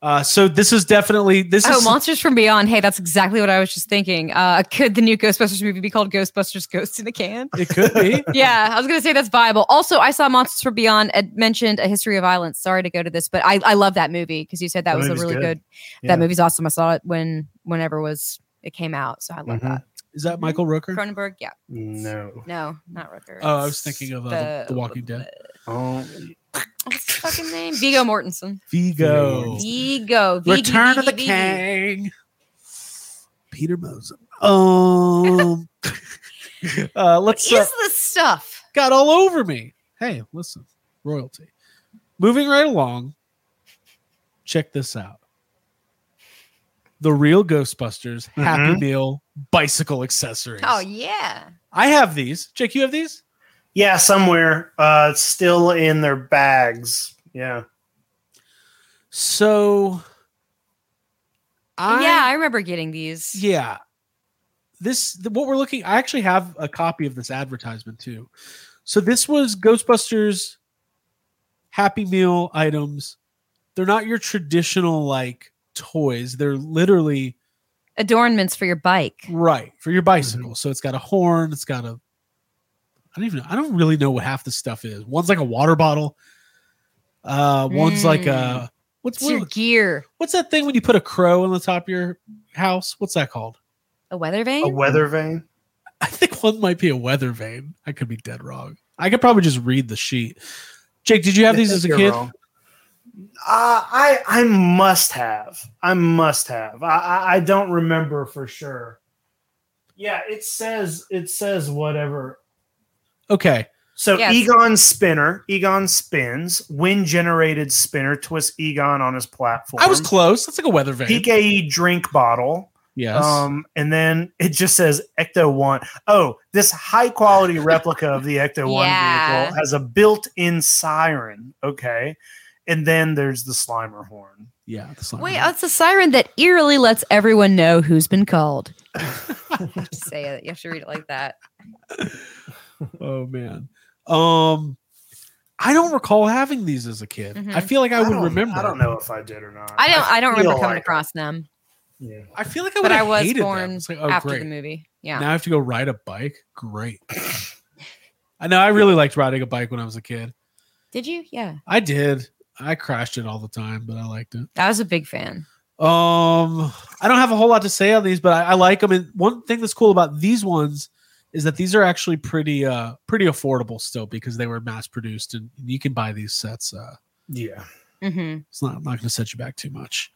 F: Uh, so this is definitely this
G: Oh,
F: is
G: Monsters from Beyond. Hey, that's exactly what I was just thinking. Uh, could the new Ghostbusters movie be called Ghostbusters Ghost in a Can?
F: it could be.
G: yeah, I was going to say that's viable. Also, I saw Monsters from Beyond had mentioned A History of Violence. Sorry to go to this, but I, I love that movie because you said that
H: That
G: was a
H: movie's
G: really
H: good.
G: good.
H: Yeah.
G: That movie's awesome. I saw it when whenever was it came out, so I love
H: Mhm.
G: that.
F: Is that Michael Rooker?
G: Cronenberg, yeah,
H: No.
G: no, not Rooker.
F: Oh, I was
G: It's
F: thinking of, uh, The- The Walking Dead.
H: Oh,
G: What's his fucking name? Vigo Mortensen.
F: Vigo.
G: Vigo.
F: Return of the
G: King.
F: King. Peter Mosen. Um uh, let's uh,
G: Is this stuff?
F: got all over me. Hey, listen, royalty. Moving right along, check this out. The real Ghostbusters Happy Meal bicycle accessories.
G: Oh yeah.
F: I have these. Jake, you have these?
H: yeah, somewhere. Uh, still in their bags. Yeah.
F: So I
G: yeah, I remember getting these.
F: Yeah. This th- what we're looking I actually have a copy of this advertisement too. So this was Ghostbusters Happy Meal items. They're not your traditional like toys. They're literally
G: Adornments for your bike.
F: right for your bicycle. So it's got a horn, it's got a I don't even know. I don't really know what half the stuff is. One's like a water bottle. Uh one's like a what's
G: It's your gear.
F: what's that thing when you put a crow on the top of your house? What's that called?
G: A weather
H: A
G: vane?
H: weather vane.
F: I think one might be a weather vane. I could be dead wrong. I could probably just read the sheet. Jake, did you have these as a
H: You're
F: kid?
H: wrong. Uh, I I must have. I must have. I, I I don't remember for sure. Yeah, it says it says whatever.
F: Okay.
H: So
G: Yes.
H: Egon spinner, Egon spins, wind generated spinner twists Egon on his platform.
F: I was close. That's like a weather vane.
H: PKE drink bottle.
F: yes.
H: Um, and then it just says Ecto One. Oh, this high quality replica of the Ecto One
G: Yeah.
H: vehicle has a built in siren. Okay. And then there's the Slimer horn.
F: yeah. that's not
G: Wait,
F: right.
G: oh, it's a siren that eerily lets everyone know who's been called. Just say it. You have to read it like that. uh,
F: oh man. Um I don't recall having these as a kid.
G: Mhm.
F: I feel like I, would
H: don't-
F: remember.
H: I don't know if I did or not.
G: I don't I don't remember
H: feel
G: coming
H: like-
G: across them
H: Yeah.
F: I feel like I
G: But
F: would
G: I
F: have
G: was
F: hated them.
G: born
F: It's like, oh,
G: after
F: great.
G: the movie. Yeah.
F: Now I have to go ride a bike. Great. I know I really liked riding a bike when I was a kid.
G: Did you? Yeah.
F: I did. I crashed it all the time, but I liked it.
G: I was a big fan.
F: Um, I don't have a whole lot to say on these, but I, I like them. And one thing that's cool about these ones is that these are actually pretty uh pretty affordable still because they were mass produced and you can buy these sets. Uh,
H: Yeah.
G: hmm
F: it's not not going to set you back too much.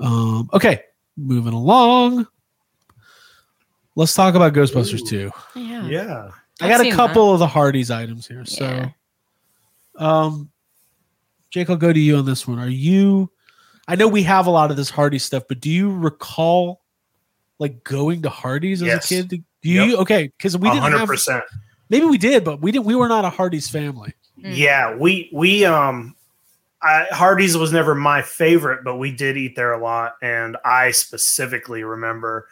F: Um, okay, moving along. Let's talk about Ghostbusters
H: Ooh.
F: two.
G: Yeah.
H: Yeah.
F: I
G: I've
F: got a
G: seen
F: couple of the Hardy's items here.
G: Yeah.
F: So, um, Jake, I'll go to you on this one. Are you? I know we have a lot of this Hardy stuff, but do you recall like going to Hardy's as
H: Yes.
F: a kid? Do you?
H: Yep.
F: Okay, because we
H: One
F: didn't
H: hundred
F: have.
H: percent.
F: Maybe we did, but we didn't. We were not a Hardy's family.
G: Mm.
H: Yeah, we we um I Hardee's was never my favorite, but we did eat there a lot and I specifically remember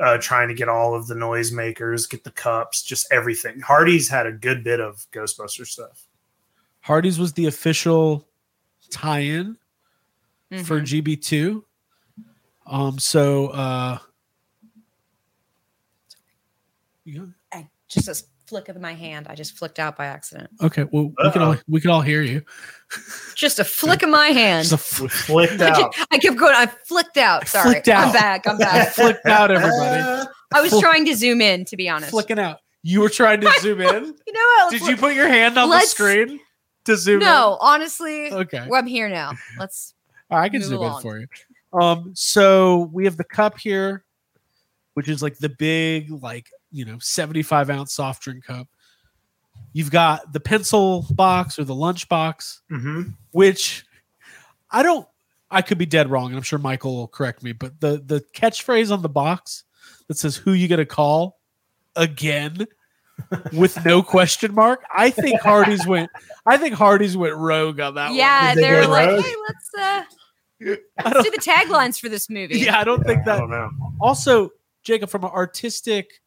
H: uh trying to get all of the noisemakers, get the cups, just everything. Hardee's had a good bit of Ghostbuster stuff.
F: Hardy's was the official tie-in
G: Mhm.
F: for GB2. Um, so uh, you go-
G: I, just a flick of my hand. I just flicked out by accident.
F: okay, well we can all we can all hear you.
G: Just a flick of my hand.
F: Just a f-
H: We flicked
G: I,
H: out.
G: kept, I kept going. I flicked out. Sorry.
F: Flicked
G: I'm
F: out.
G: back. I'm back.
F: flicked out, everybody.
G: I was
F: Flick-
G: trying to zoom in, to be honest.
F: Flicking out. You were trying to zoom in.
G: You know what?
F: Did you put your hand on the
G: Let's-
F: screen to zoom
G: No, honestly,
F: in? Okay.
G: well, I'm here now. Let's.
F: All right, I can
G: Move
F: zoom
G: along.
F: in for you. Um, so we have the cup here, which is like the big, like you know, seventy-five ounce soft drink cup. You've got the pencil box or the lunch box,
H: hmm
F: which I don't. I could be dead wrong, and I'm sure Michael will correct me. But the the catchphrase on the box that says "Who you gonna call again?" with no question mark. I think Hardy's went. I think Hardy's went rogue on that one.
G: Yeah,
H: Did they
G: they're
H: go
G: like,
H: rogue?
G: hey, let's uh,
F: I
G: let's
F: don't,
G: do the taglines for this movie.
F: yeah, I don't think
H: I
F: that
H: don't know.
F: also jacob from an artistic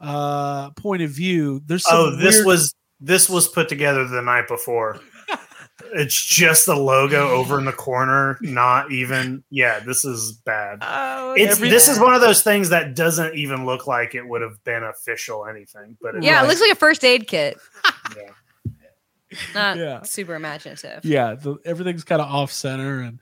F: uh point of view there's some
H: Oh, this
F: weird-
H: was this was put together the night before. it's just the logo over in the corner, not even yeah, this is bad.
G: Oh,
H: It's
F: Every-
H: this is one of those things that doesn't even look like it would have been official anything, but it
G: Yeah,
F: Right.
G: it looks like a first aid kit.
H: Yeah.
G: Not
F: Yeah.
G: super imaginative.
F: yeah the, everything's kind of off center and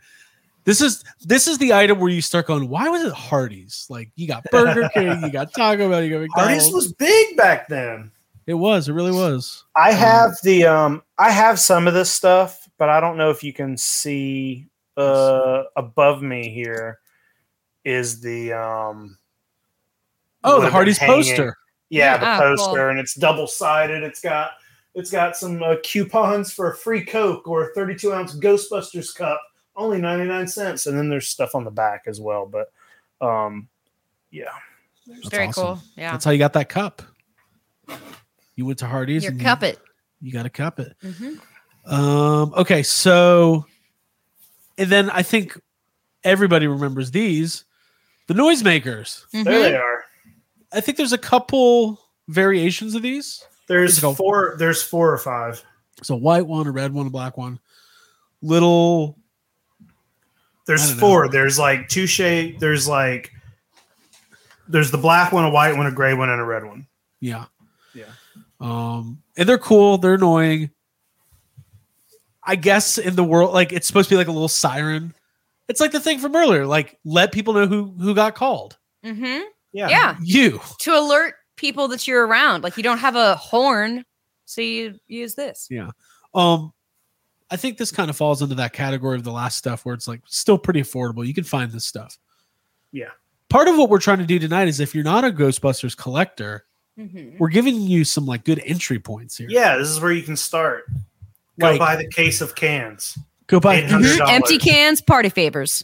F: this is this is the item where you start going why was it hardy's like you got burger king you got taco bell you got McDonald's.
H: Hardee's was big back then. Mm-hmm.
F: it was it really was
H: I have the um I have some of this stuff, but I don't know if you can see uh above me here is the um
F: oh
H: would
F: the
H: have
F: hardy's
H: been hanging.
F: poster
H: Yeah, the
G: Yeah, ah,
H: poster,
G: cool.
H: and it's double sided. It's got it's got some uh, coupons for a free Coke or a 32 ounce Ghostbusters cup, only 99 cents. And then there's stuff on the back as well. But um, yeah,
F: That's
G: Very
F: awesome.
G: cool. Yeah.
F: that's how you got that cup you went to hardy's
G: Your
F: and you-
G: cup it.
F: you got to cup it
G: hmm
F: Um, okay, so and then I think everybody remembers these. The noisemakers.
G: Mm-hmm.
H: there they are.
F: I think there's a couple variations of these.
H: There's
F: Let's go.
H: four. There's four or five.
F: So white one, a red one, a black one. Little I
H: There's
F: don't know.
H: four. There's like two shade. There's like there's the black one, a white one, a gray one, and a red one.
F: yeah.
H: Yeah.
F: Um, and they're cool, they're annoying. I guess in the world, like it's supposed to be like a little siren. It's like the thing from earlier, like let people know who who got called.
G: hmm
H: Yeah.
G: Yeah.
F: You.
G: To alert people that you're around. Like you don't have a horn, so you use this.
F: Um, I think this kind of falls into that category of the last stuff where it's like still pretty affordable. You can find this stuff.
H: Yeah.
F: Part of what we're trying to do tonight is if you're not a Ghostbusters collector,
G: Mhm.
F: we're giving you some like good entry points here.
H: Yeah. This is where you can start. Go
F: Like-
H: buy the case of cans.
F: Go buy
G: Mm-hmm.
H: $800.
G: Empty cans, party favors.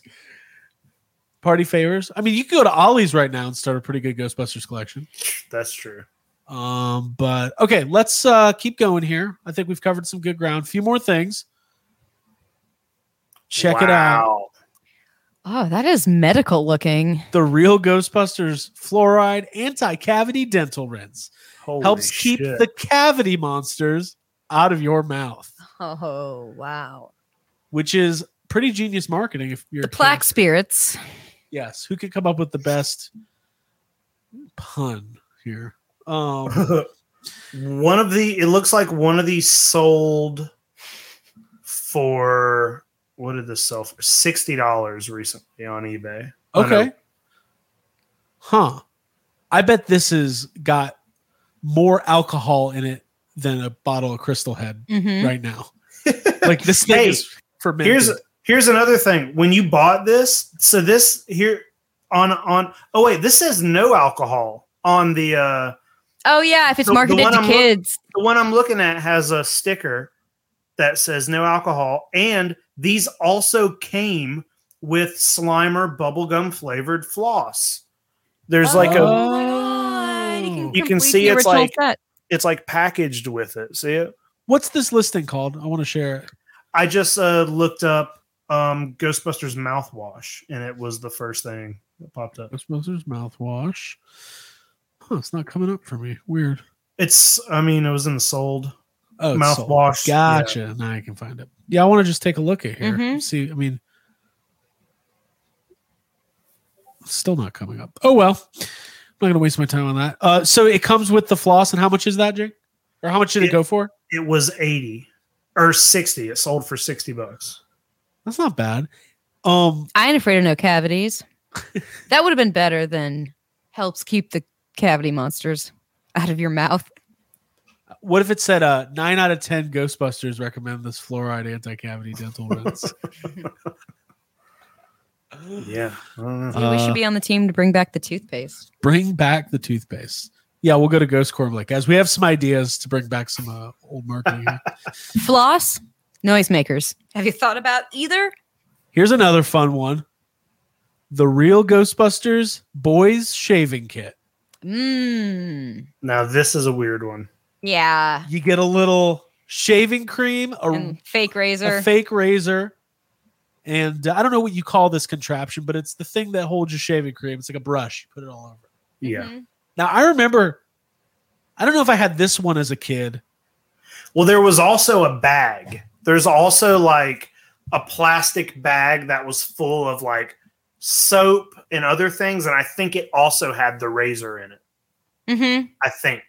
F: party favors. I mean, you could go to Ollie's right now and start a pretty good Ghostbusters collection.
H: That's true.
F: Um, but okay, let's uh keep going here. I think we've covered some good ground. A few more things. Check it out.
H: Wow.
G: Oh, that is medical looking.
F: the real Ghostbusters fluoride anti cavity dental rinse
H: Holy
F: helps keep
H: shit.
F: the cavity monsters out of your mouth,
G: Oh wow.
F: which is pretty genius marketing. If you're
G: The plaque spirits.
F: yes, who could come up with the best pun here? Um,
H: one of the it looks like one of these sold for what did this sell for? Sixty dollars recently on eBay. On
F: okay, huh? I bet this has got more alcohol in it than a bottle of Crystal Head
G: Mm-hmm.
F: right now. Like this thing
H: Hey,
F: is fermented.
H: Here's here's another thing. When you bought this, so this here on on oh wait, this says no alcohol on the uh
G: Oh yeah, if it's
H: The- the
G: marketed
H: one
G: to
H: I'm look-
G: kids.
H: The one I'm looking at has a sticker that says no alcohol, and these also came with Slimer bubblegum flavored floss. There's like a
F: Oh.
H: You can
G: complete
H: see
G: the
H: it's
G: original
H: like-
G: set.
H: it's like packaged with it. See it?
F: What's this listing called? I want to share it.
H: I just uh, looked up um, Ghostbusters mouthwash, and it was the first thing that popped up.
F: Ghostbusters mouthwash. Huh, it's not coming up for me. Weird.
H: It's, I mean, it was in the sold.
F: Oh, it's sold.
H: Mouthwash, yeah.
F: Gotcha. Now I can find it. Yeah, I want to just take a look at here.
G: Mhm.
F: See, I mean, still not coming up. Oh well, I'm not gonna waste my time on that. Uh, so it comes with the floss, and how much is that, Jake? Or how much did it,
H: It-
F: go for?
H: It was eighty or sixty. It sold for sixty bucks.
F: That's not bad. Um,
G: I ain't afraid of no cavities. that would have been better than helps keep the cavity monsters out of your mouth.
F: what if it said uh nine out of ten Ghostbusters recommend this fluoride anti-cavity dental rinse?
H: Yeah, I don't know.
G: Maybe we
F: Uh,
G: should be on the team to bring back the toothpaste.
F: bring back the toothpaste. Yeah, we'll go to Ghost Corp. Like, guys, we have some ideas to bring back some uh, old marketing. here.
G: Floss, noisemakers. Have you thought about either?
F: Here's another fun one. The real Ghostbusters boys shaving kit.
G: Mmm.
H: now this is a weird one.
G: Yeah.
F: You get a little shaving cream, a,
G: And fake razor.
F: a fake razor, and uh, I don't know what you call this contraption, but it's the thing that holds your shaving cream. It's like a brush. You put it all over.
H: Yeah.
G: Mhm.
F: Now I remember. I don't know if I had this one as a kid.
H: Well, there was also a bag. There's also like a plastic bag that was full of like soap and other things, and I think it also had the razor in it.
G: Mhm.
H: I think.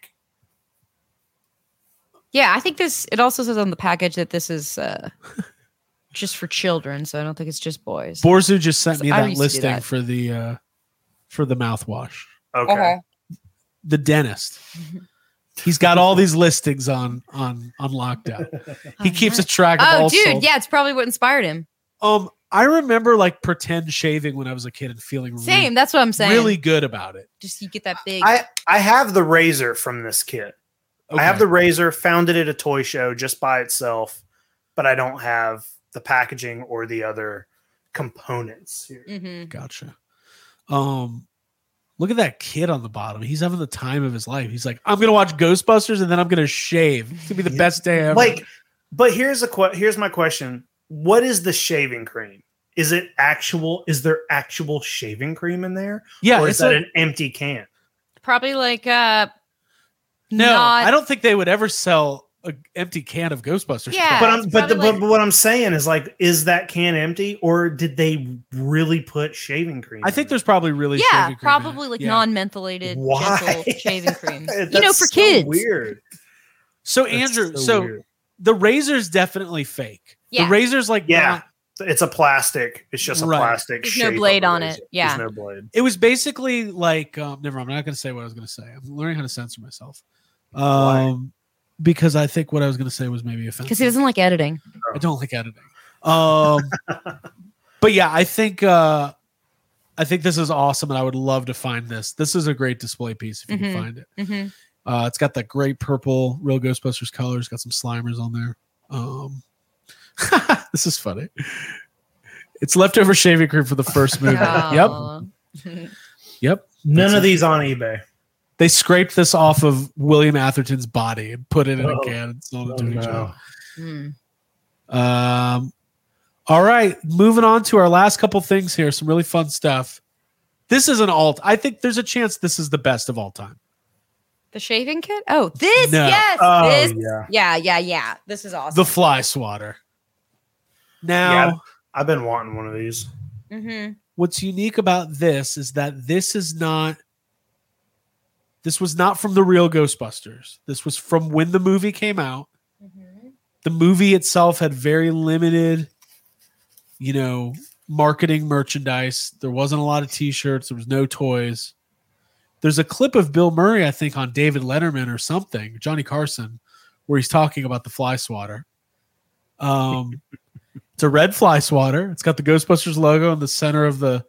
G: Yeah, I think this, it also says on the package that this is uh, just for children. So I don't think it's just boys.
F: Borzu just sent
G: So
F: me
G: I
F: that
G: used to do
F: listing
G: that.
F: for the uh, for the mouthwash.
H: Okay.
F: The dentist. He's got all these listings on on on lockdown. He
G: Oh,
F: keeps a
G: nice.
F: track of
G: Oh,
F: all
G: dude.
F: sold.
G: Yeah, it's probably what inspired him.
F: Um, I remember like pretend shaving when I was a kid and feeling
G: Same. That's what I'm
F: really,
G: saying.
F: really good about it.
G: Just you get that big.
H: I I have the razor from this kit. I have
F: Okay.
H: the razor, found it at a toy show just by itself, but I don't have the packaging or the other components here.
G: hmm
F: gotcha. Um, look at that kid on the bottom. He's having the time of his life. He's like, I'm gonna watch Ghostbusters and then I'm gonna shave. It's gonna be the
H: Yeah.
F: best day ever.
H: Like, but here's a que- here's my question: What is the shaving cream? Is it actual? Is there actual shaving cream in there,
F: yeah,
H: or
F: it's
H: is that
F: a-
H: an empty can?
G: Probably like uh
F: no.
G: not-
F: I don't think they would ever sell an empty can of Ghostbusters.
G: Yeah.
H: But
G: it's
H: I'm but, the,
G: probably
H: but
G: like-
H: but what I'm saying is like, is that can empty, or did they really put shaving cream?
F: I
H: in
F: think
H: there?
F: there's probably really
G: yeah,
F: shaving cream in it.
G: probably like
F: Yeah.
G: non-mentholated
H: Why?
G: gentle shaving cream. you know,
H: That's
G: for
H: so
G: kids.
H: Weird.
F: So
H: That's
F: Andrew, so uh,
H: weird.
F: the razor's definitely fake.
G: Yeah.
F: The razor's like
H: Yeah.
F: not-
H: it's a plastic. It's just a
F: Right.
H: plastic.
G: There's no
H: shape of
G: blade
H: a
G: on
H: razor.
G: it. Yeah.
H: There's no blade.
F: it was basically like um, never mind, I'm not gonna say what I was gonna say. I'm learning how to censor myself. Um because I think what I was gonna say was maybe offensive.
G: Because he doesn't like editing.
F: I don't like editing. Um but yeah, I think uh I think this is awesome and I would love to find this. This is a great display piece if you
G: Mhm.
F: can find it.
G: hmm
F: Uh it's got that great purple real Ghostbusters colors, got some slimers on there. Um this is funny. It's leftover shaving cream for the first movie.
G: Oh.
F: Yep.
G: Mm-hmm.
F: Yep.
H: None
F: That's
H: of these on eBay.
F: They scraped this off of William Atherton's body and put it in
H: Oh.
F: a can and sold it
H: Oh,
F: to each
H: no.
F: other. Um, all right, moving on to our last couple things here. Some really fun stuff. This is an alt. I think there's a chance this is the best of all time.
G: The shaving kit? Oh, this,
F: No.
G: yes.
H: Oh
G: this.
H: yeah,
G: Yeah, yeah, yeah. This is awesome.
F: The fly swatter. Now,
H: Yeah. I've been wanting one of these.
G: hmm
F: what's unique about this is that this is not. This was not from the real Ghostbusters. This was from when the movie came out.
G: Mm-hmm.
F: the movie itself had very limited you know marketing merchandise there wasn't a lot of t-shirts there was no toys there's a clip of bill murray i think on david letterman or something johnny carson where he's talking about the fly swatter um it's a red fly swatter it's got the ghostbusters logo in the center of the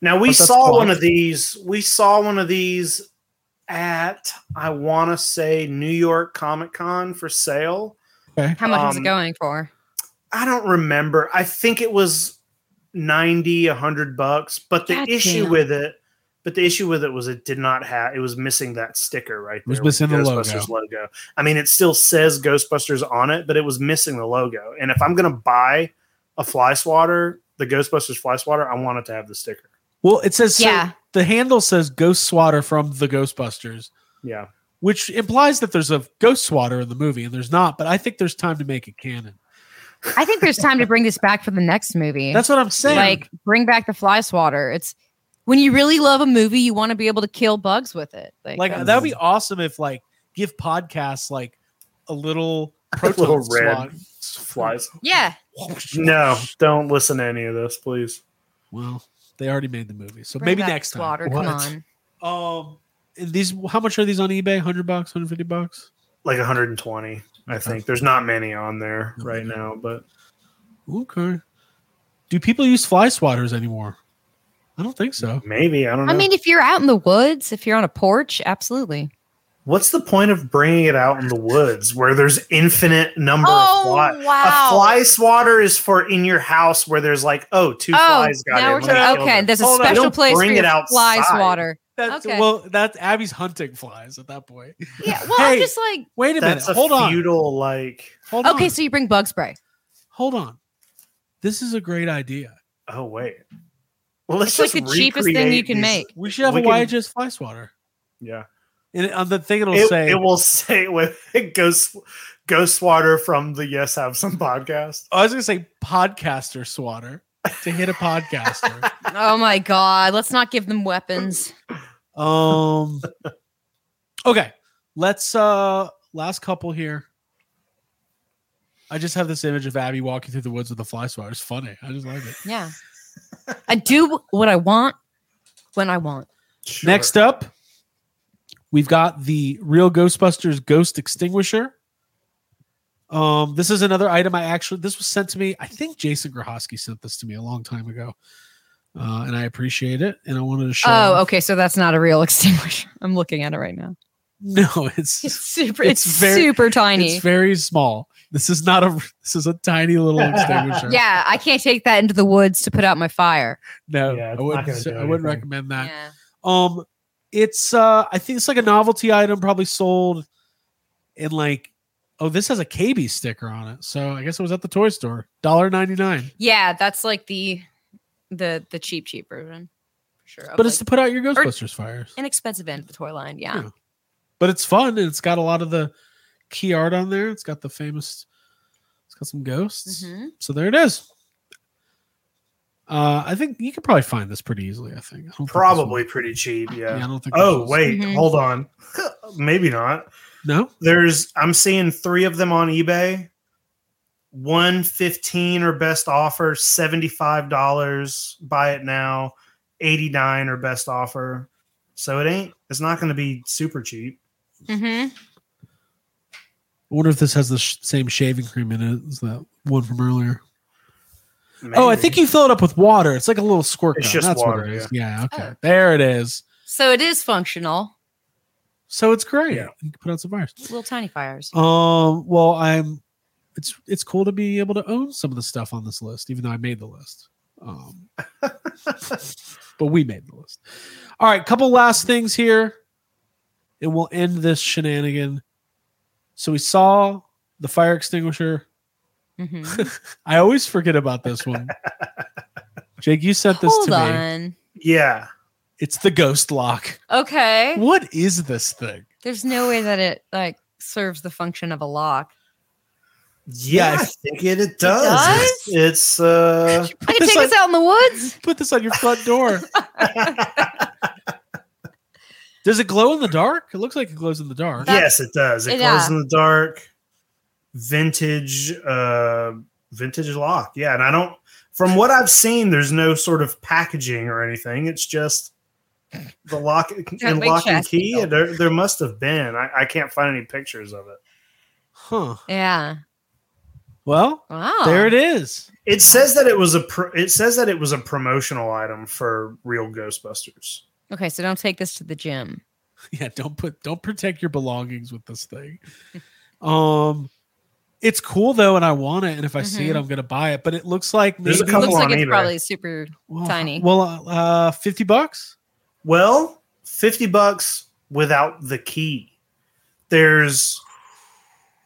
H: Now we
F: But that's
H: saw
F: fine.
H: one of these. We saw one of these at I want to say New York Comic Con for sale.
G: How much was it
H: Um,
G: going for?
H: I don't remember. I think it was 90, 100 bucks, but the
G: God
H: issue
G: damn.
H: with it but the issue with it was it did not have it was missing that sticker right
F: was
H: there with
F: missing the logo.
H: Ghostbusters logo. I mean it still says Ghostbusters on it, but it was missing the logo. And if I'm going to buy a fly swatter, the Ghostbusters fly swatter, I want it to have the sticker.
F: Well, it says so
G: Yeah.
F: the handle says Ghost Swatter from the Ghostbusters,
H: Yeah.
F: which implies that there's a Ghost Swatter in the movie, and there's not. But I think there's time to make it canon.
G: I think there's time to bring this back for the next movie.
F: That's what I'm saying.
G: like bring back the fly swatter. It's when you really love a movie, you want to be able to kill bugs with it. Like, uh, um,
F: like
G: that's-
F: that would be awesome if like give podcasts like a little proton
H: little red
F: swat-
H: Flies.
G: yeah,
H: No, don't listen to any of this, please.
F: Well, they already made the movie, so
G: bring
F: maybe
G: back
F: next time.
G: Swatter,
H: What?
G: come on.
F: Um, these how much are these on eBay? Hundred bucks, hundred fifty bucks.
H: Like 120, I think. There's not many on there right now, but
F: Okay. Do people use fly swatters anymore? I don't think so.
H: maybe, I don't know.
G: I mean, if you're out in the woods, if you're on a porch, absolutely.
H: What's the point of bringing it out in the woods where there's infinite number
G: Oh,
H: of flies?
G: wow.
H: A fly swatter is for in your house where there's like, oh, two
G: Oh,
H: flies got
G: now
H: in.
G: we're
H: Let me
G: talking.
H: kill
G: Okay,
H: them.
G: there's a
H: Hold on,
G: special
H: don't
G: place for
H: bring
G: your
H: it outside.
G: fly swatter.
F: That's
G: Okay.
F: well, that's Abby's hunting flies at that point.
G: Yeah, well,
F: Hey,
G: I'm just like,
F: Wait a
H: That's
F: minute.
H: a
F: Hold on.
H: feudal like.
F: Hold
G: okay,
F: on.
G: so you bring bug spray.
F: Hold on. This is a great idea.
H: Oh wait. Well, let's
G: It's like
H: just
G: the cheapest thing
H: recreate
G: you can
H: these-
G: make.
F: We should have
H: We
F: a
H: can-
F: YHS fly swatter.
H: Yeah.
F: And on the thing it'll
H: It,
F: say
H: it will say with ghost ghost swatter from the Yes Have Some podcast.
F: I was gonna say podcaster swatter to hit a podcaster.
G: Oh my god, let's not give them weapons.
F: um Okay. Let's uh last couple here. I just have this image of Abby walking through the woods with a fly swatter. It's funny. I just like it.
G: Yeah, I do what I want when I want.
H: Sure.
F: Next up, we've got the Real Ghostbusters Ghost Extinguisher. Um, this is another item I actually this was sent to me. I think Jason Grahosky sent this to me a long time ago. Uh, and I appreciate it. And I wanted to show
G: Oh, okay, so that's not a real extinguisher. I'm looking at it right now.
F: no, it's
G: It's super.
F: It's
G: It's,
F: very-
G: super tiny.
F: It's very small. This is not a. This is a tiny little extinguisher.
G: yeah, I can't take that into the woods to put out my fire.
F: No,
H: Yeah, it's
F: I
H: not
F: wouldn't.
H: gonna
F: s-
H: do
F: I wouldn't
H: anything.
F: recommend that.
G: Yeah.
F: Um, it's. uh I think it's like a novelty item, probably sold in like. Oh, this has a KB sticker on it. So I guess it was at the toy store. Dollar ninety nine.
G: yeah, that's like the the the cheap cheap version for sure. of,
F: But it's to
G: like,
F: put out your Ghostbusters fires.
G: inexpensive end of the toy line. Yeah.
F: Yeah. But it's fun and it's got a lot of the key art on there. It's got the famous. It's got some ghosts.
G: Mhm.
F: So there it is. Uh, I think you could probably find this pretty easily. I think I don't think this
H: Probably pretty cheap.
F: one-
H: Yeah.
F: I don't think. this
H: Oh
F: was-
H: wait,
G: Mhm.
H: hold on. Maybe not.
F: no.
H: There's I'm seeing three of them on eBay. One fifteen or best offer, seventy five dollars. Buy it now. Eighty nine or best offer. So it ain't. It's not going to be super cheap.
G: Mm-hmm.
F: I wonder if this has the sh- same shaving cream in it as that one from earlier. Oh, I
H: Maybe.
F: think you fill it up with water. It's like a little squirt.
H: It's
F: gun.
H: just
F: That's
H: water,
F: What it is. Yeah. Okay. There it is.
G: So it is functional.
F: So it's great.
H: Yeah.
F: You can put out some fires.
G: Little tiny fires.
F: Um. Well, I'm. It's it's cool to be able to own some of the stuff on this list, even though I made the list. Um, but we made the list. All right, couple last things here, and we'll end this shenanigan. So we saw the fire extinguisher.
G: hmm
F: I always forget about this one. Jake, you sent this
G: Hold
F: to me.
G: on.
H: Yeah.
F: It's the ghost lock.
G: Okay.
F: What is this thing?
G: There's no way that it like serves the function of a lock.
H: Yeah, I
F: Yes.
H: think it, it does. It's,
G: does?
H: it's, uh
G: I can
F: It's
G: take
F: like-
G: us out in the woods.
F: Put this on your front door. Does it glow in the dark? It looks like it glows in the dark.
H: yes, it does. It
G: Yeah.
H: glows in the dark. Vintage uh vintage lock. Yeah, and I don't from what I've seen, there's no sort of packaging or anything. It's just the lock and
G: big
H: lock and
G: chassis.
H: key. There, there must have been. I, I can't find any pictures of it.
F: Huh.
G: Yeah.
F: Well,
G: Wow.
F: there it is.
H: It says that it was a. Pro, it says that it was a promotional item for Real Ghostbusters.
G: Okay, so don't take this to the gym.
F: yeah don't put don't protect your belongings with this thing um it's cool though and i want it and if i see it i'm gonna buy it but it looks like
H: Mm-hmm. There's a
F: maybe-
G: It looks
H: couple
G: like
H: on
G: it's
H: eBay.
G: probably super.
F: well,
G: tiny.
F: well uh 50 bucks
H: Well, 50 bucks without the key. There's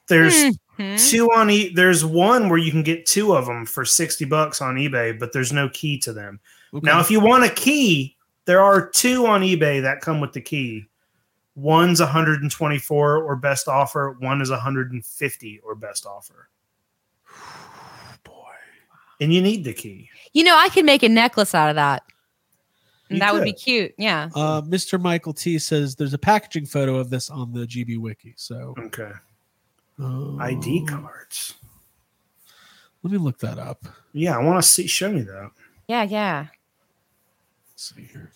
H: there's
F: Hmm?
G: Mhm.
H: two on e- there's one where you can get two of them for 60 bucks on eBay, but there's no key to them.
F: Okay.
H: Now if you want a key, there are two on eBay that come with the key. One's 124 or best offer, one is 150 or best offer.
F: boy
H: And you need the key.
G: You know, I could make a necklace out of that.
H: You
G: And that would
H: could.
G: be cute. Yeah.
F: uh, Mr. Michael T says there's a packaging photo of this on the GB Wiki. So
H: Okay.
F: uh,
H: ID cards.
F: Let me look that up.
H: Yeah, I want to see show me that.
G: Yeah. Yeah.
F: Let's see here.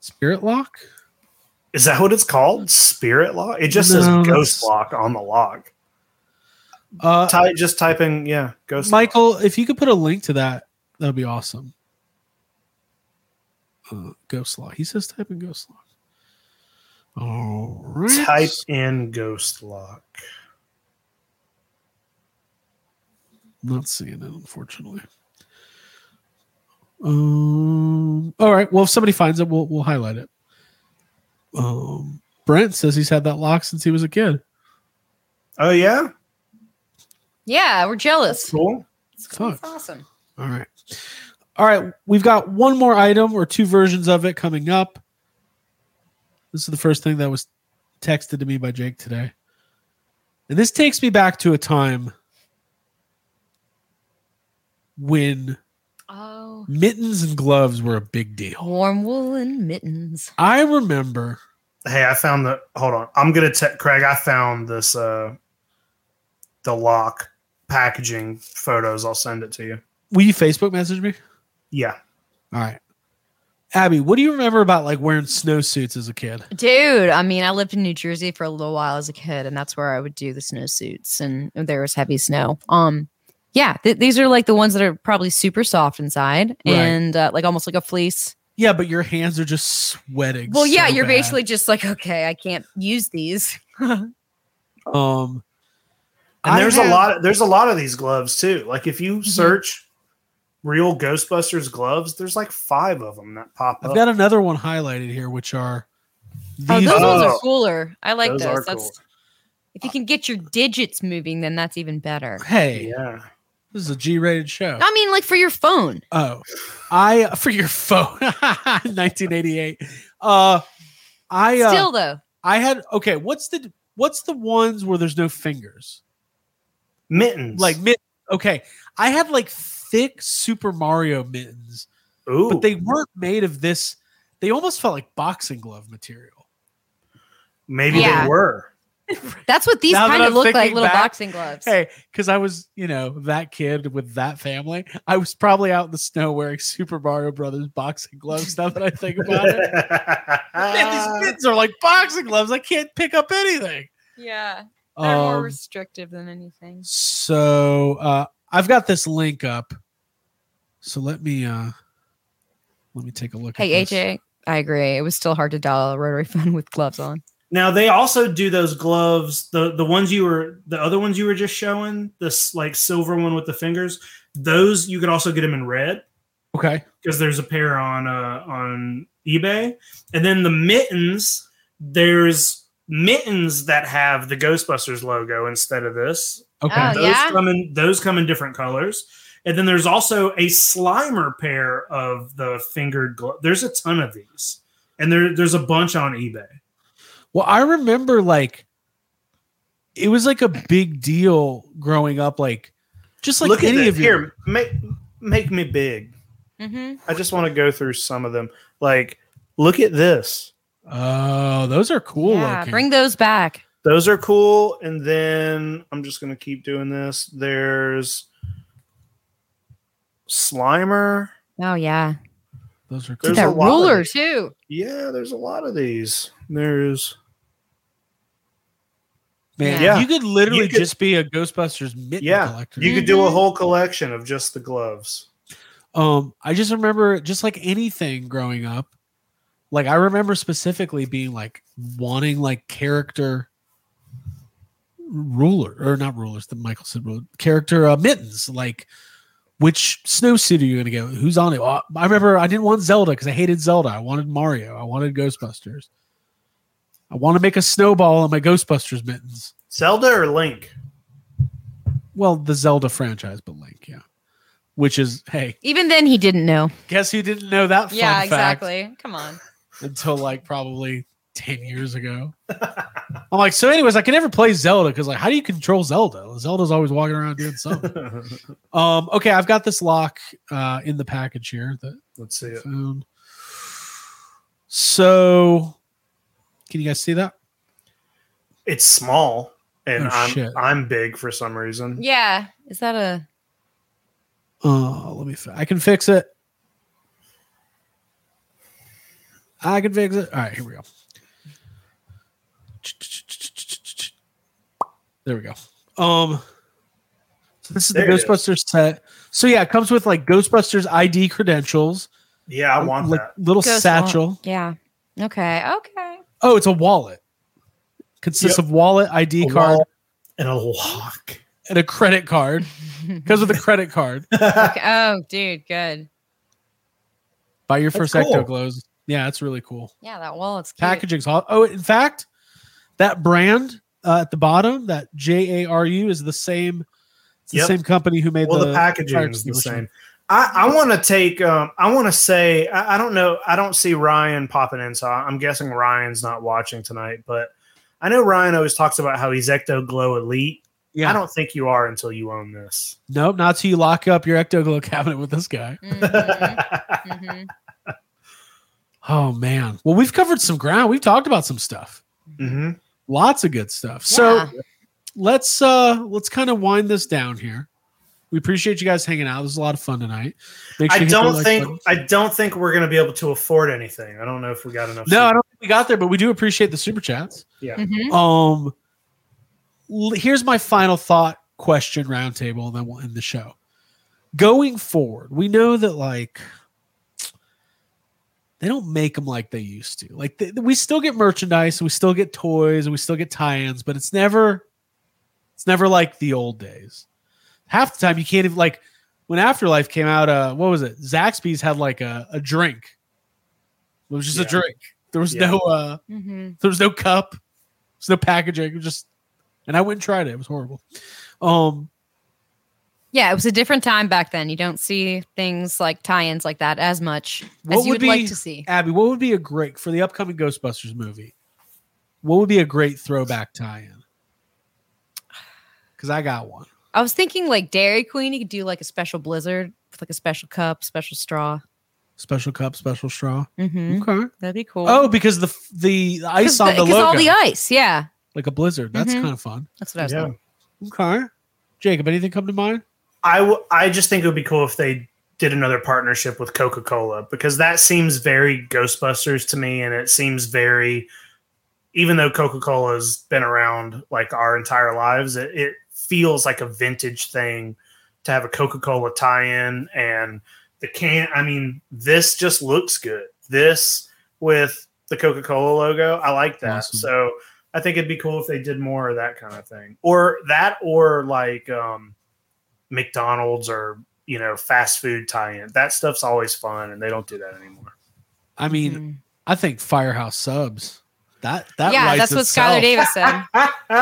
F: Spirit Lock.
H: Is that what it's called? Spirit lock? It just
F: No,
H: says ghost
F: that's-
H: lock on the lock.
F: Uh,
H: Ty- just type in, yeah, ghost lock.
F: Michael, if you could put a link to that, that'd be awesome. Uh, ghost Lock. He says type in Ghost Lock. All right.
H: Type in ghost lock.
F: Not seeing it, unfortunately. Um. All right. Well, if somebody finds it, we'll we'll highlight it. Um. Brent says he's had that lock since he was a kid.
H: Oh, yeah?
G: Yeah. We're jealous.
H: Cool.
F: Fuck.
G: That's awesome.
F: All right. All right. We've got one more item or two versions of it coming up. This is the first thing that was texted to me by Jake today. And this takes me back to a time when
G: Oh,
F: mittens and gloves were a big deal.
G: warm woolen mittens.
F: I remember
H: Hey, I found the. Hold on, I'm gonna te- Craig. I found this. uh The lock packaging photos. I'll send it to you.
F: will you Facebook message me?
H: Yeah,
F: All right. Abby, what do you remember about like wearing snowsuits as a kid?
G: Dude, I mean, I lived in New Jersey for a little while as a kid, and that's where I would do the snowsuits, and there was heavy snow. Um, yeah, th- these are like the ones that are probably super soft inside,
F: Right.
G: and uh, like almost like a fleece.
F: Yeah, but your hands are just sweating.
G: Well, yeah,
F: so
G: you're
F: bad.
G: basically just like, okay, I can't use these.
F: um
H: and
F: I Mm-hmm.
H: there's
F: had-
H: a lot. Of, there's a lot of these gloves too. Like if you search real Ghostbusters gloves, there's like five of them that pop
F: I've
H: up.
F: got another one highlighted here, which are
G: Oh,
F: these.
G: those ones
H: Oh.
G: are cooler. I like
H: Those
G: those.
H: are
G: That's
H: cool.
G: if you can get your digits moving, then that's even better.
F: hey,
H: yeah,
F: this is a G-rated show.
G: I mean, like for your phone.
F: Oh, I for your phone, 1988. Uh, I uh,
G: Still though,
F: I had okay. What's the what's the ones where there's no fingers?
H: mittens.
F: Like mitt. Okay, I had like thick Super Mario mittens,
H: ooh,
F: but they weren't made of this. They almost felt like boxing glove material.
H: maybe
G: Yeah.
H: they were.
G: that's what these
F: Now that
G: kind of
F: I'm
G: look like
F: thinking
G: little
F: back,
G: boxing gloves.
F: Hey, because I was, you know, that kid with that family. I was probably out in the snow wearing Super Mario Brothers boxing gloves. Now that I think about it,
H: Ah.
F: Man, these kids are like boxing gloves. I can't pick up anything.
G: Yeah.
F: Um,
G: restrictive than anything.
F: so uh, I've got this link up. So let me uh, let me take a look.
G: Hey,
F: at this.
G: AJ, I agree. It was still hard to dial a rotary phone with gloves on.
H: Now they also do those gloves, the the ones you were the other ones you were just showing, this like silver one with the fingers. Those you could also get them in red
F: Okay.
H: because there's a pair on uh on eBay. And then the mittens, there's mittens that have the Ghostbusters logo instead of this.
F: Okay.
G: Oh,
H: those
G: yeah?
H: come in those come in different colors. And then there's also a Slimer pair of the fingered glove. There's a ton of these. And there, there's a bunch on eBay.
F: Well, I remember like it was like a big deal growing up. Like just like
H: Look at
F: any
H: this.
F: of your
H: Here, make make me big.
G: Mm-hmm.
H: I just want to go through some of them. Like, look at this.
F: Oh, those are cool.
G: yeah,
F: looking.
G: bring those back.
H: Those are cool. And then I'm just gonna keep doing this. There's Slimer.
G: Oh yeah,
F: those are cool.
G: Get
H: There's a
G: that
H: lot of
G: ruler
H: it.
G: too.
H: Yeah, there's a lot of these. There's
F: Man,
H: Yeah.
F: you could literally
H: You could-
F: just be a Ghostbusters mitten
H: Yeah.
F: collector.
H: you could do a whole collection of just the gloves.
F: Um, I just remember just like anything growing up, Like I remember specifically being like wanting like character ruler or not rulers that Michael said ruler, character uh, mittens like which snowsuit are you gonna go who's on it Well, I remember I didn't want Zelda because I hated Zelda I wanted Mario I wanted Ghostbusters I want to make a snowball on my Ghostbusters mittens
H: Zelda or Link?
F: well the Zelda franchise but Link yeah which is hey
G: Even then, he didn't know.
F: guess who didn't know that fun
G: yeah,
F: fact?
G: exactly. Come on.
F: until like probably 10 years ago. I'm like, so, anyways, I can never play Zelda because, like, how do you control Zelda? Zelda's always walking around doing something.
H: Let's
F: um, okay, I've got this lock uh, in the package here that
H: see
F: I
H: it.
F: found. So, can you guys see that?
H: It's small, and
F: Oh,
H: I'm
F: shit.
H: I'm big for some reason.
G: Yeah. Is that a.
F: Oh, let me. Fi- I can fix it. I can fix it. All right, here we go. There we go. Um, so this is
H: There
F: the
H: it is.
F: Ghostbusters set. So yeah, it comes with like Ghostbusters ID credentials.
H: Yeah, I want
F: like,
H: that.
F: little
G: Ghost
F: satchel.
G: wallet. Yeah. Okay. Okay.
F: Oh, it's a wallet. Consists of wallet, ID
H: A
F: card,
H: wall and a lock.
F: and a credit card. Comes with a credit card.
G: okay. Oh, dude. Good.
F: Buy your first
H: That's cool.
F: Ecto glows. Yeah, that's really cool.
G: Yeah, that wallet's cute.
F: packaging's hot. Oh, in fact, that brand uh, at the bottom, that J A R U, is the same. It's the
H: Yep.
F: same company who made
H: well,
F: the,
H: the, packaging
F: fire
H: is the
F: extinguisher.
H: same. I, I want to take. Um, I want to say. I, I don't know. I don't see Ryan popping in, so I'm guessing Ryan's not watching tonight. But I know Ryan always talks about how he's Ecto Glow Elite.
F: Yeah,
H: I don't think you are until you own this.
F: Nope, not till you lock up your Ecto Glow cabinet with this guy.
G: Mhm, mhm.
F: Oh man. Well, we've covered some ground. We've talked about some stuff.
H: hmm
F: Lots of good stuff.
G: Yeah.
F: Mm-hmm. So let's uh let's kind of wind this down here. We appreciate you guys hanging out. This was a lot of fun tonight. Make
H: I
F: you hit the
H: don't
F: like
H: think.
F: button.
H: I don't think we're going to be able to afford anything. I don't know if we got enough.
F: No, I don't think we got there, but we do appreciate the super chats.
H: Yeah.
G: Mhm.
F: Um, l- here's my final thought question roundtable, and then we'll end the show. Going forward, we know that like they don't make them like they used to. Like th- we still get merchandise, and we still get toys, and we still get tie-ins, but it's never, it's never like the old days. Half the time, you can't even like when Afterlife came out. Uh, what was it? Zaxby's had like a a drink. It was just a
H: Yeah.
F: drink. There was
H: Yeah.
F: no uh
G: Mhm.
F: there was no cup. There's no packaging. It was just, and I went and tried it. It was horrible. Um,
G: Yeah, it was a different time back then. You don't see things like tie-ins like that as much
F: What
G: as you
F: would
G: would like
F: be-
G: to see.
F: Abby, what would be a great for the upcoming Ghostbusters movie? What would be a great throwback tie-in? Because I got one.
G: I was thinking like Dairy Queen, you could do like a special blizzard with like a special cup, special straw.
F: Special cup, special straw.
G: Mm-hmm.
F: Okay.
G: That'd be cool.
F: Oh, because the the ice on the
G: Because
F: logo,
G: all the ice. Yeah.
F: like a blizzard. That's
G: Mhm.
F: kind of fun.
G: That's what I was
H: Yeah.
G: thinking.
F: Okay. Jacob, anything come to mind?
H: I, w- I just think it would be cool if they did another partnership with Coca Cola because that seems very Ghostbusters to me. And it seems very, even though Coca Cola has been around like our entire lives, it, it feels like a vintage thing to have a Coca Cola tie in. And the can, I mean, this just looks good. This with the Coca Cola logo, I like that.
F: Awesome.
H: So I think it'd be cool if they did more of that kind of thing or that or like, um, McDonald's or you know fast food tie-in. That stuff's always fun, and they don't do that anymore.
F: I mean,
G: Mhm.
F: I think Firehouse Subs. That that
G: yeah,
F: writes
G: that's what
F: itself.
G: Skylar Davis said.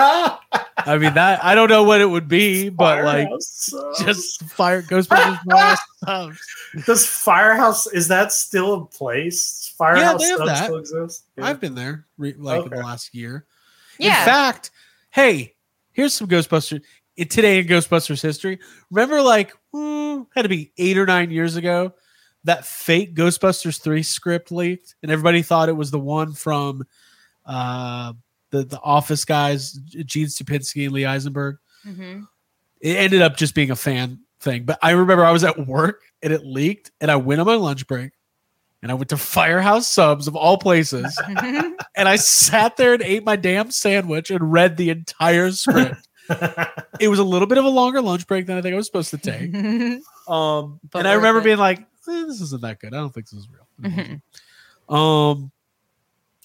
F: I mean, that I don't know what it would be, but like
H: Firehouse subs.
F: just fire Ghostbusters Firehouse Subs.
H: does Firehouse is that still a place? Firehouse
F: they have
H: subs
F: that.
H: still exists. Yeah.
F: I've been there re- like in the
H: Okay.
F: last year. In
G: Yeah.
F: fact, hey, here's some Ghostbusters it, today in Ghostbusters history. Remember, like mm, had to be eight or nine years ago, that fake Ghostbusters three script leaked, and everybody thought it was the one from uh, the the Office guys, Gene Stupinski and Lee Eisenberg.
G: hmm
F: it ended up just being a fan thing. But I remember I was at work and it leaked, and I went on my lunch break and I went to Firehouse Subs of all places, and I sat there and ate my damn sandwich and read the entire script. it was a little bit of a longer lunch break than I think I was supposed to take. Um,
G: But
F: and I
G: worth
F: remember
G: it.
F: being like, "Eh, "This isn't that good. I don't think this is real."
G: Mhm.
F: Um,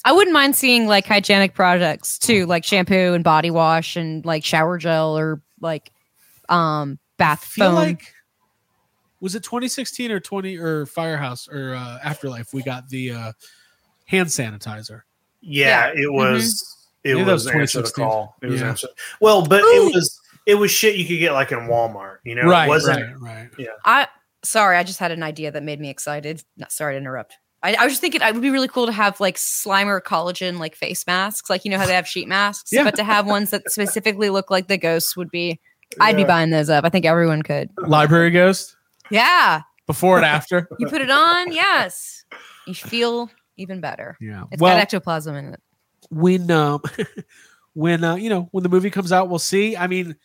G: I wouldn't mind seeing like hygienic products too, like shampoo and body wash and like shower gel or like um bath
F: feel
G: foam.
F: like was it 2016 or 20 or Firehouse or uh, Afterlife? We got the uh, hand sanitizer.
H: Yeah, it was. It
F: Mm-hmm. Yeah, that
H: was,
F: was
H: answer the
F: 2016.
H: call. It was
F: Yeah.
H: answer. Well, but
G: Ooh.
H: it was it was shit you could get like in Walmart. You know,
F: right,
H: it wasn't
F: right, right.
G: I sorry, I just had an idea that made me excited. Not sorry to interrupt. I, I was just thinking it would be really cool to have like Slimer collagen like face masks, like you know how they have sheet masks,
F: Yeah.
G: but to have ones that specifically look like the ghosts would be. I'd be
H: Yeah.
G: buying those up. I think everyone could.
F: Library ghost
G: Yeah,
F: before and after.
G: you put it on. Yes, you feel even better.
F: Yeah.
G: It's
F: well,
G: got ectoplasm in it.
F: when um, when uh, you know when the movie comes out, we'll see. I mean,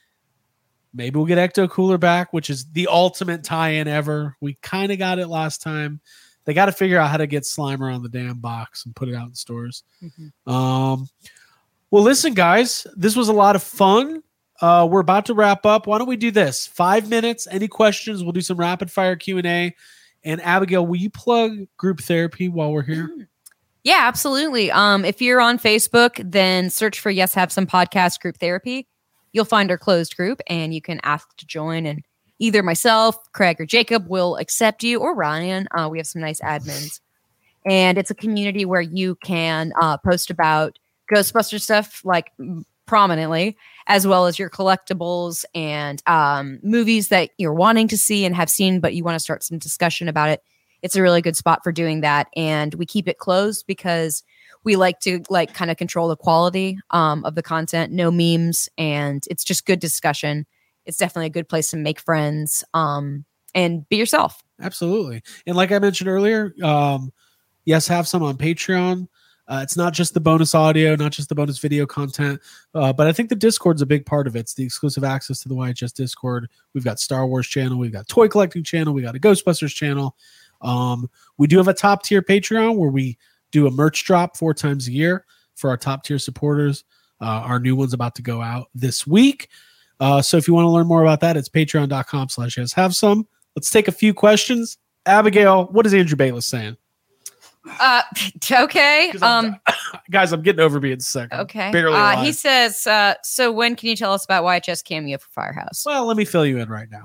F: maybe we'll get Ecto Cooler back, which is the ultimate tie-in ever. We kind of got it last time. They got to figure out how to get Slimer on the damn box and put it out in stores.
G: Mm-hmm.
F: Um, well, listen, guys, this was a lot of fun. Uh, we're about to wrap up. Why don't we do this? Five minutes. Any questions? We'll do some rapid fire Q and A. And Abigail, will you plug group therapy while we're here?
G: Yeah, absolutely. Um, if you're on Facebook, then search for Yes Have Some Podcast Group Therapy. You'll find our closed group and you can ask to join. And either myself, Craig, or Jacob will accept you, or Ryan. Uh, we have some nice admins. And it's a community where you can uh, post about Ghostbuster stuff like m- prominently, as well as your collectibles and um, movies that you're wanting to see and have seen, but you want to start some discussion about it it's a really good spot for doing that and we keep it closed because we like to like kind of control the quality um, of the content no memes and it's just good discussion it's definitely a good place to make friends um, and be yourself
F: Absolutely. And like I mentioned earlier, um, yes, have some on Patreon. Uh, it's not just the bonus audio, not just the bonus video content, uh, but I think the Discord's a big part of it. It's the exclusive access to the YHS Discord. We've got Star Wars channel, we've got toy collecting channel, we got a Ghostbusters channel. Um, we do have a top tier Patreon where we do a merch drop four times a year for our top tier supporters. Uh, our new one's about to go out this week. Uh, so if you want to learn more about that, it's patreon.com slash yes have some. Let's take a few questions. Abigail, what is Andrew Bayless saying?
G: uh, okay
F: 'Cause I'm
G: um,
F: Guys, I'm getting over being sick. I'm
G: okay
F: Barely
G: uh,
F: alive.
G: he says uh, so when can you tell us about yhs cameo for firehouse
F: well, let me fill you in right now.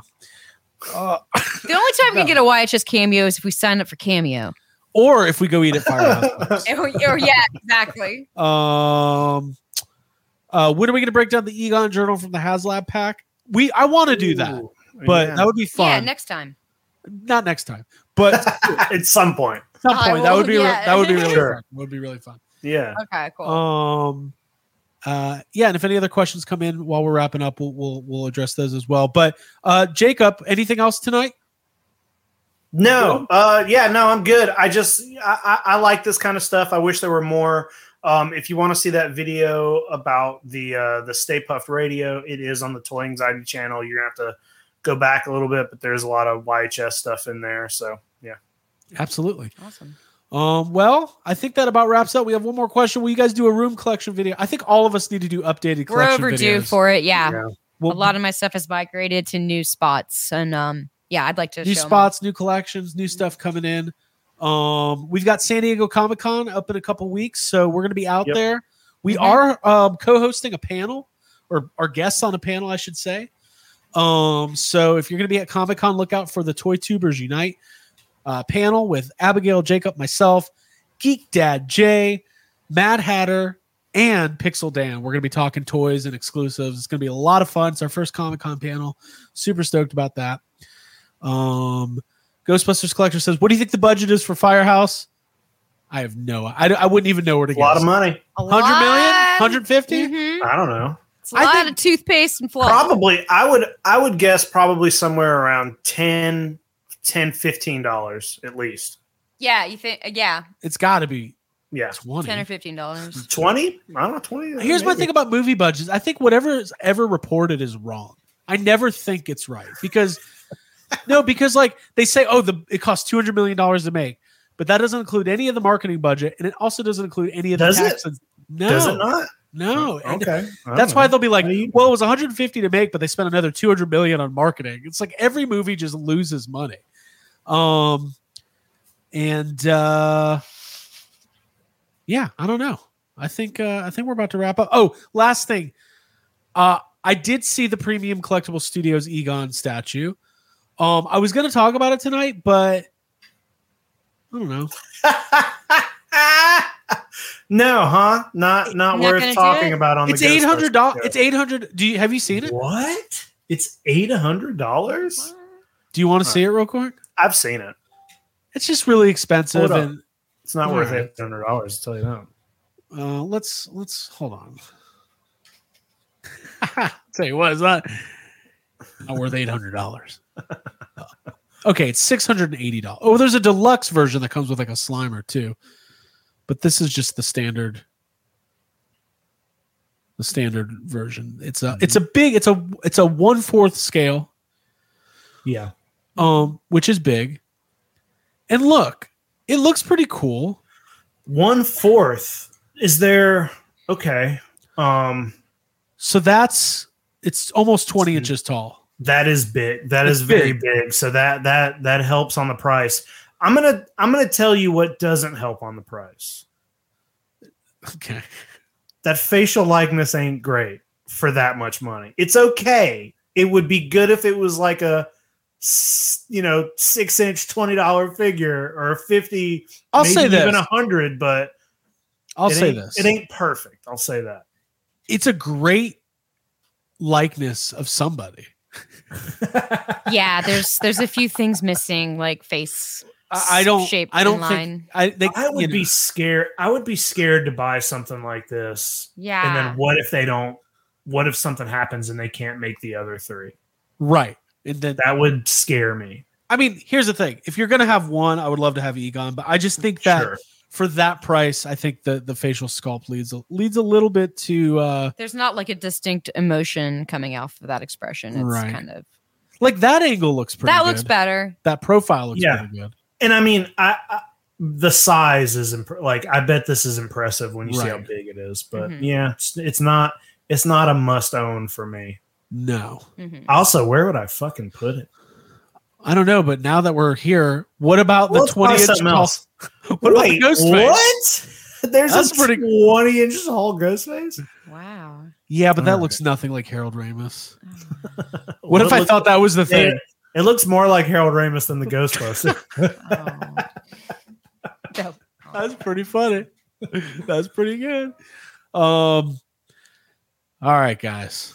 F: Uh,
G: the only time we
F: No.
G: get a yhs cameo is if we sign up for cameo
F: or if we go eat at Firehouse. Place.
G: or, or- yeah exactly
F: um, uh, when are we going to break down the Egon Journal from the HasLab pack? We I want to do that,
H: Ooh,
F: but
H: yeah.
F: that would be
G: yeah
F: fun.
G: next time
F: Not next time, but at
H: at some point.
F: some
G: I
F: point that
G: will,
F: would be re-
G: yeah.
F: that would be really
H: Sure.
F: fun. Would be really fun.
H: Yeah.
G: okay cool
F: Um, uh, yeah, and if any other questions come in while we're wrapping up, we'll we'll, we'll address those as well. But uh, Jacob, anything else tonight?
H: No, uh, yeah, no, I'm good. I just I, I, I like this kind of stuff. I wish there were more. Um, if you want to see that video about the uh, the Stay Puffed Radio, it is on the Toy Anxiety channel. You're gonna have to go back a little bit, but there's a lot of YHS stuff in there. So yeah,
F: Absolutely.
G: awesome
F: Um, well, I think that about wraps up. We have one more question. Will you guys do a room collection video? I think all of us need to do updated collection
G: we're overdue
F: videos.
G: for it yeah
F: We'll-
G: a lot of my stuff has migrated to new spots and um yeah i'd like to
F: new
G: show 'em off.
F: spots, new collections, new stuff coming in. Um, we've got San Diego Comic Con up in a couple weeks, so we're going to be out
H: Yep.
F: there. We
G: Mhm.
F: are um, co-hosting a panel, or our guests on a panel, I should say. Um, so if you're going to be at Comic Con, look out for the Toy Tubers Unite uh, panel with Abigail, Jacob, myself, Geek Dad Jay, Mad Hatter, and Pixel Dan. We're going to be talking toys and exclusives. It's going to be a lot of fun. It's our first Comic Con panel. Super stoked about that. Um, Ghostbusters Collector says, "What do you think the budget is for Firehouse?" I have no. I, I wouldn't even know where to
H: a
F: guess.
H: lot of money.
G: a
F: 100 million?
G: lot.
F: 150?
G: Mhm.
H: I don't know.
G: it's a
F: I
G: lot
F: think-
G: of toothpaste and fluff
H: Probably I would I would guess probably somewhere around 10 10 15 dollars at least.
G: yeah you think uh, yeah
F: It's got to be
H: Yeah,
F: 20.
G: 10 or 15 dollars
H: twenty. I don't know twenty.
F: Here's my
H: maybe.
F: thing about movie budgets. I think whatever is ever reported is wrong. I never think it's right because no, because like they say, oh, the it costs two hundred million dollars to make, but that doesn't include any of the marketing budget, and it also doesn't include any of the
H: Does it?
F: taxes. No,
H: Does it not? Oh,
F: no, And
H: okay. I
F: That's
H: don't
F: why
H: know.
F: they'll be like,
H: How do you-
F: well, it was 150 to make, but they spent another 200 million on marketing. It's like every movie just loses money. Um, and uh, yeah, I don't know. I think uh, I think we're about to wrap up. Oh, last thing. Uh, I did see the Premium Collectible Studios Egon statue. Um, I was going to talk about it tonight, but I don't know.
H: no, huh? Not not
G: not
H: worth
G: gonna do
H: talking
G: it?
H: about on
F: It's
H: the
F: eight
H: Ghostbusters
F: hundred dollars.
H: show.
F: It's eight hundred. Do you have you seen it?
H: What? It's eight hundred dollars?
F: Do you want to see it real quick?
H: I've seen it.
F: It's just really expensive,
H: Hold up.
F: and
H: It's not
F: All
H: worth
F: right.
H: eight hundred dollars. Tell you that.
F: uh, let's let's hold on. Tell you what, it's not not worth eight hundred dollars. okay, it's six hundred and eighty dollars. Oh, there's a deluxe version that comes with like a Slimer too, but this is just the standard. The standard version. It's a it's a big it's a it's a one fourth scale.
H: Yeah.
F: um, which is big. And look, it looks pretty cool.
H: One fourth. Is there okay. Um
F: So that's it's almost 20 inches tall.
H: that is big. That is
F: It's
H: very
F: big.
H: big. So that that that helps on the price. I'm gonna I'm gonna tell you what doesn't help on the price.
F: Okay.
H: that facial likeness ain't great for that much money. It's okay. It would be good if it was like a, s- you know, six inch twenty dollar figure or a fifty.
F: I'll
H: maybe
F: say
H: even
F: this.
H: a hundred, but
F: I'll
H: it
F: say
H: ain't-
F: this.
H: It ain't perfect. I'll say that.
F: It's a great likeness of somebody.
G: yeah, there's there's a few things missing, like face.
F: I, I don't
G: Shape
F: I don't
G: and
F: think
G: line.
F: I they,
H: I
F: you
H: would
F: know,
H: be scared. I would be scared to buy something like this.
G: Yeah,
H: And then what if they don't? What if something happens and they can't make the other three?
F: right. And then
H: That would scare me.
F: I mean, here's the thing. If you're gonna have one, I would love to have Egon, but I just think that
H: Sure.
F: for that price, I think the the facial sculpt leads a- leads a little bit to uh
G: there's not like a distinct emotion coming off of that expression. It's
F: Right.
G: kind of
F: like that angle looks pretty
G: that
F: good.
G: looks better.
F: That profile looks
H: Yeah.
F: pretty good.
H: and I mean, I, I the size is imp- like I bet this is impressive when you see how
F: Right.
H: big it is. But
G: Mhm.
H: yeah, it's, it's not it's not a must own for me.
F: No.
G: Mhm.
H: Also, where would I fucking put it?
F: I don't know, but now that we're here, what about the
H: Let's buy
F: 20 inch
H: something
F: tall-
H: else.
F: What about the
H: Wait,
F: ghost face?
H: what? There's
F: That's
H: a
F: pretty-
H: twenty inch tall ghost face.
G: Wow.
F: Yeah, but that
H: Alright.
F: looks nothing like Harold Ramis.
G: Oh.
F: What if I thought that was the
H: Yeah.
F: thing?
H: It looks more like Harold Ramis than the Ghostbuster.
G: Oh. Dope.
F: That's pretty funny. That's pretty good. Um All right, guys.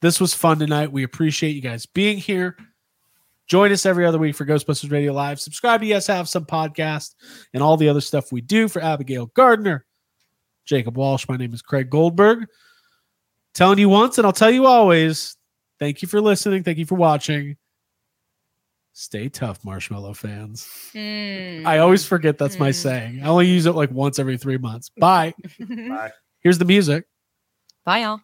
F: This was fun tonight. We appreciate you guys being here. Join us every other week for Ghostbusters Radio Live. Subscribe to Yes Have Some podcast and all the other stuff we do for Abigail Gardner, Jacob Walsh. My name is Craig Goldberg. Telling you once and I'll tell you always. Thank you for listening. Thank you for watching. Stay tough, Marshmallow fans.
G: Mm.
F: I always forget that's my
G: Mm.
F: saying. I only use it like once every three months. Bye. Here's the music.
G: Bye, y'all.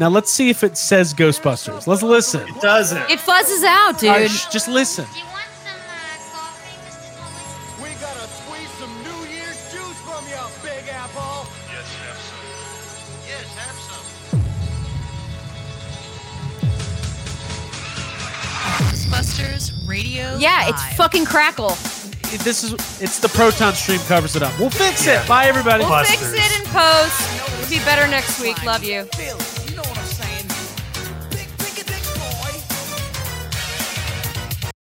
F: Now let's see if it says Ghostbusters. Let's listen.
H: it doesn't.
G: It fuzzes out, dude.
F: All right, shh, just listen.
B: Do you want some uh, coffee, Mr. Thomas?
A: We gotta squeeze some New Year's juice from you, Big Apple.
C: Yes, have some. Yes, have some.
E: Ghostbusters Radio
G: yeah,
E: Live.
G: it's fucking crackle.
F: It- This is it's the Proton stream covers it up. We'll fix it. Bye everybody.
G: We'll
H: Busters.
G: fix it in post. We'll be better next week. Love you.
E: Feel it.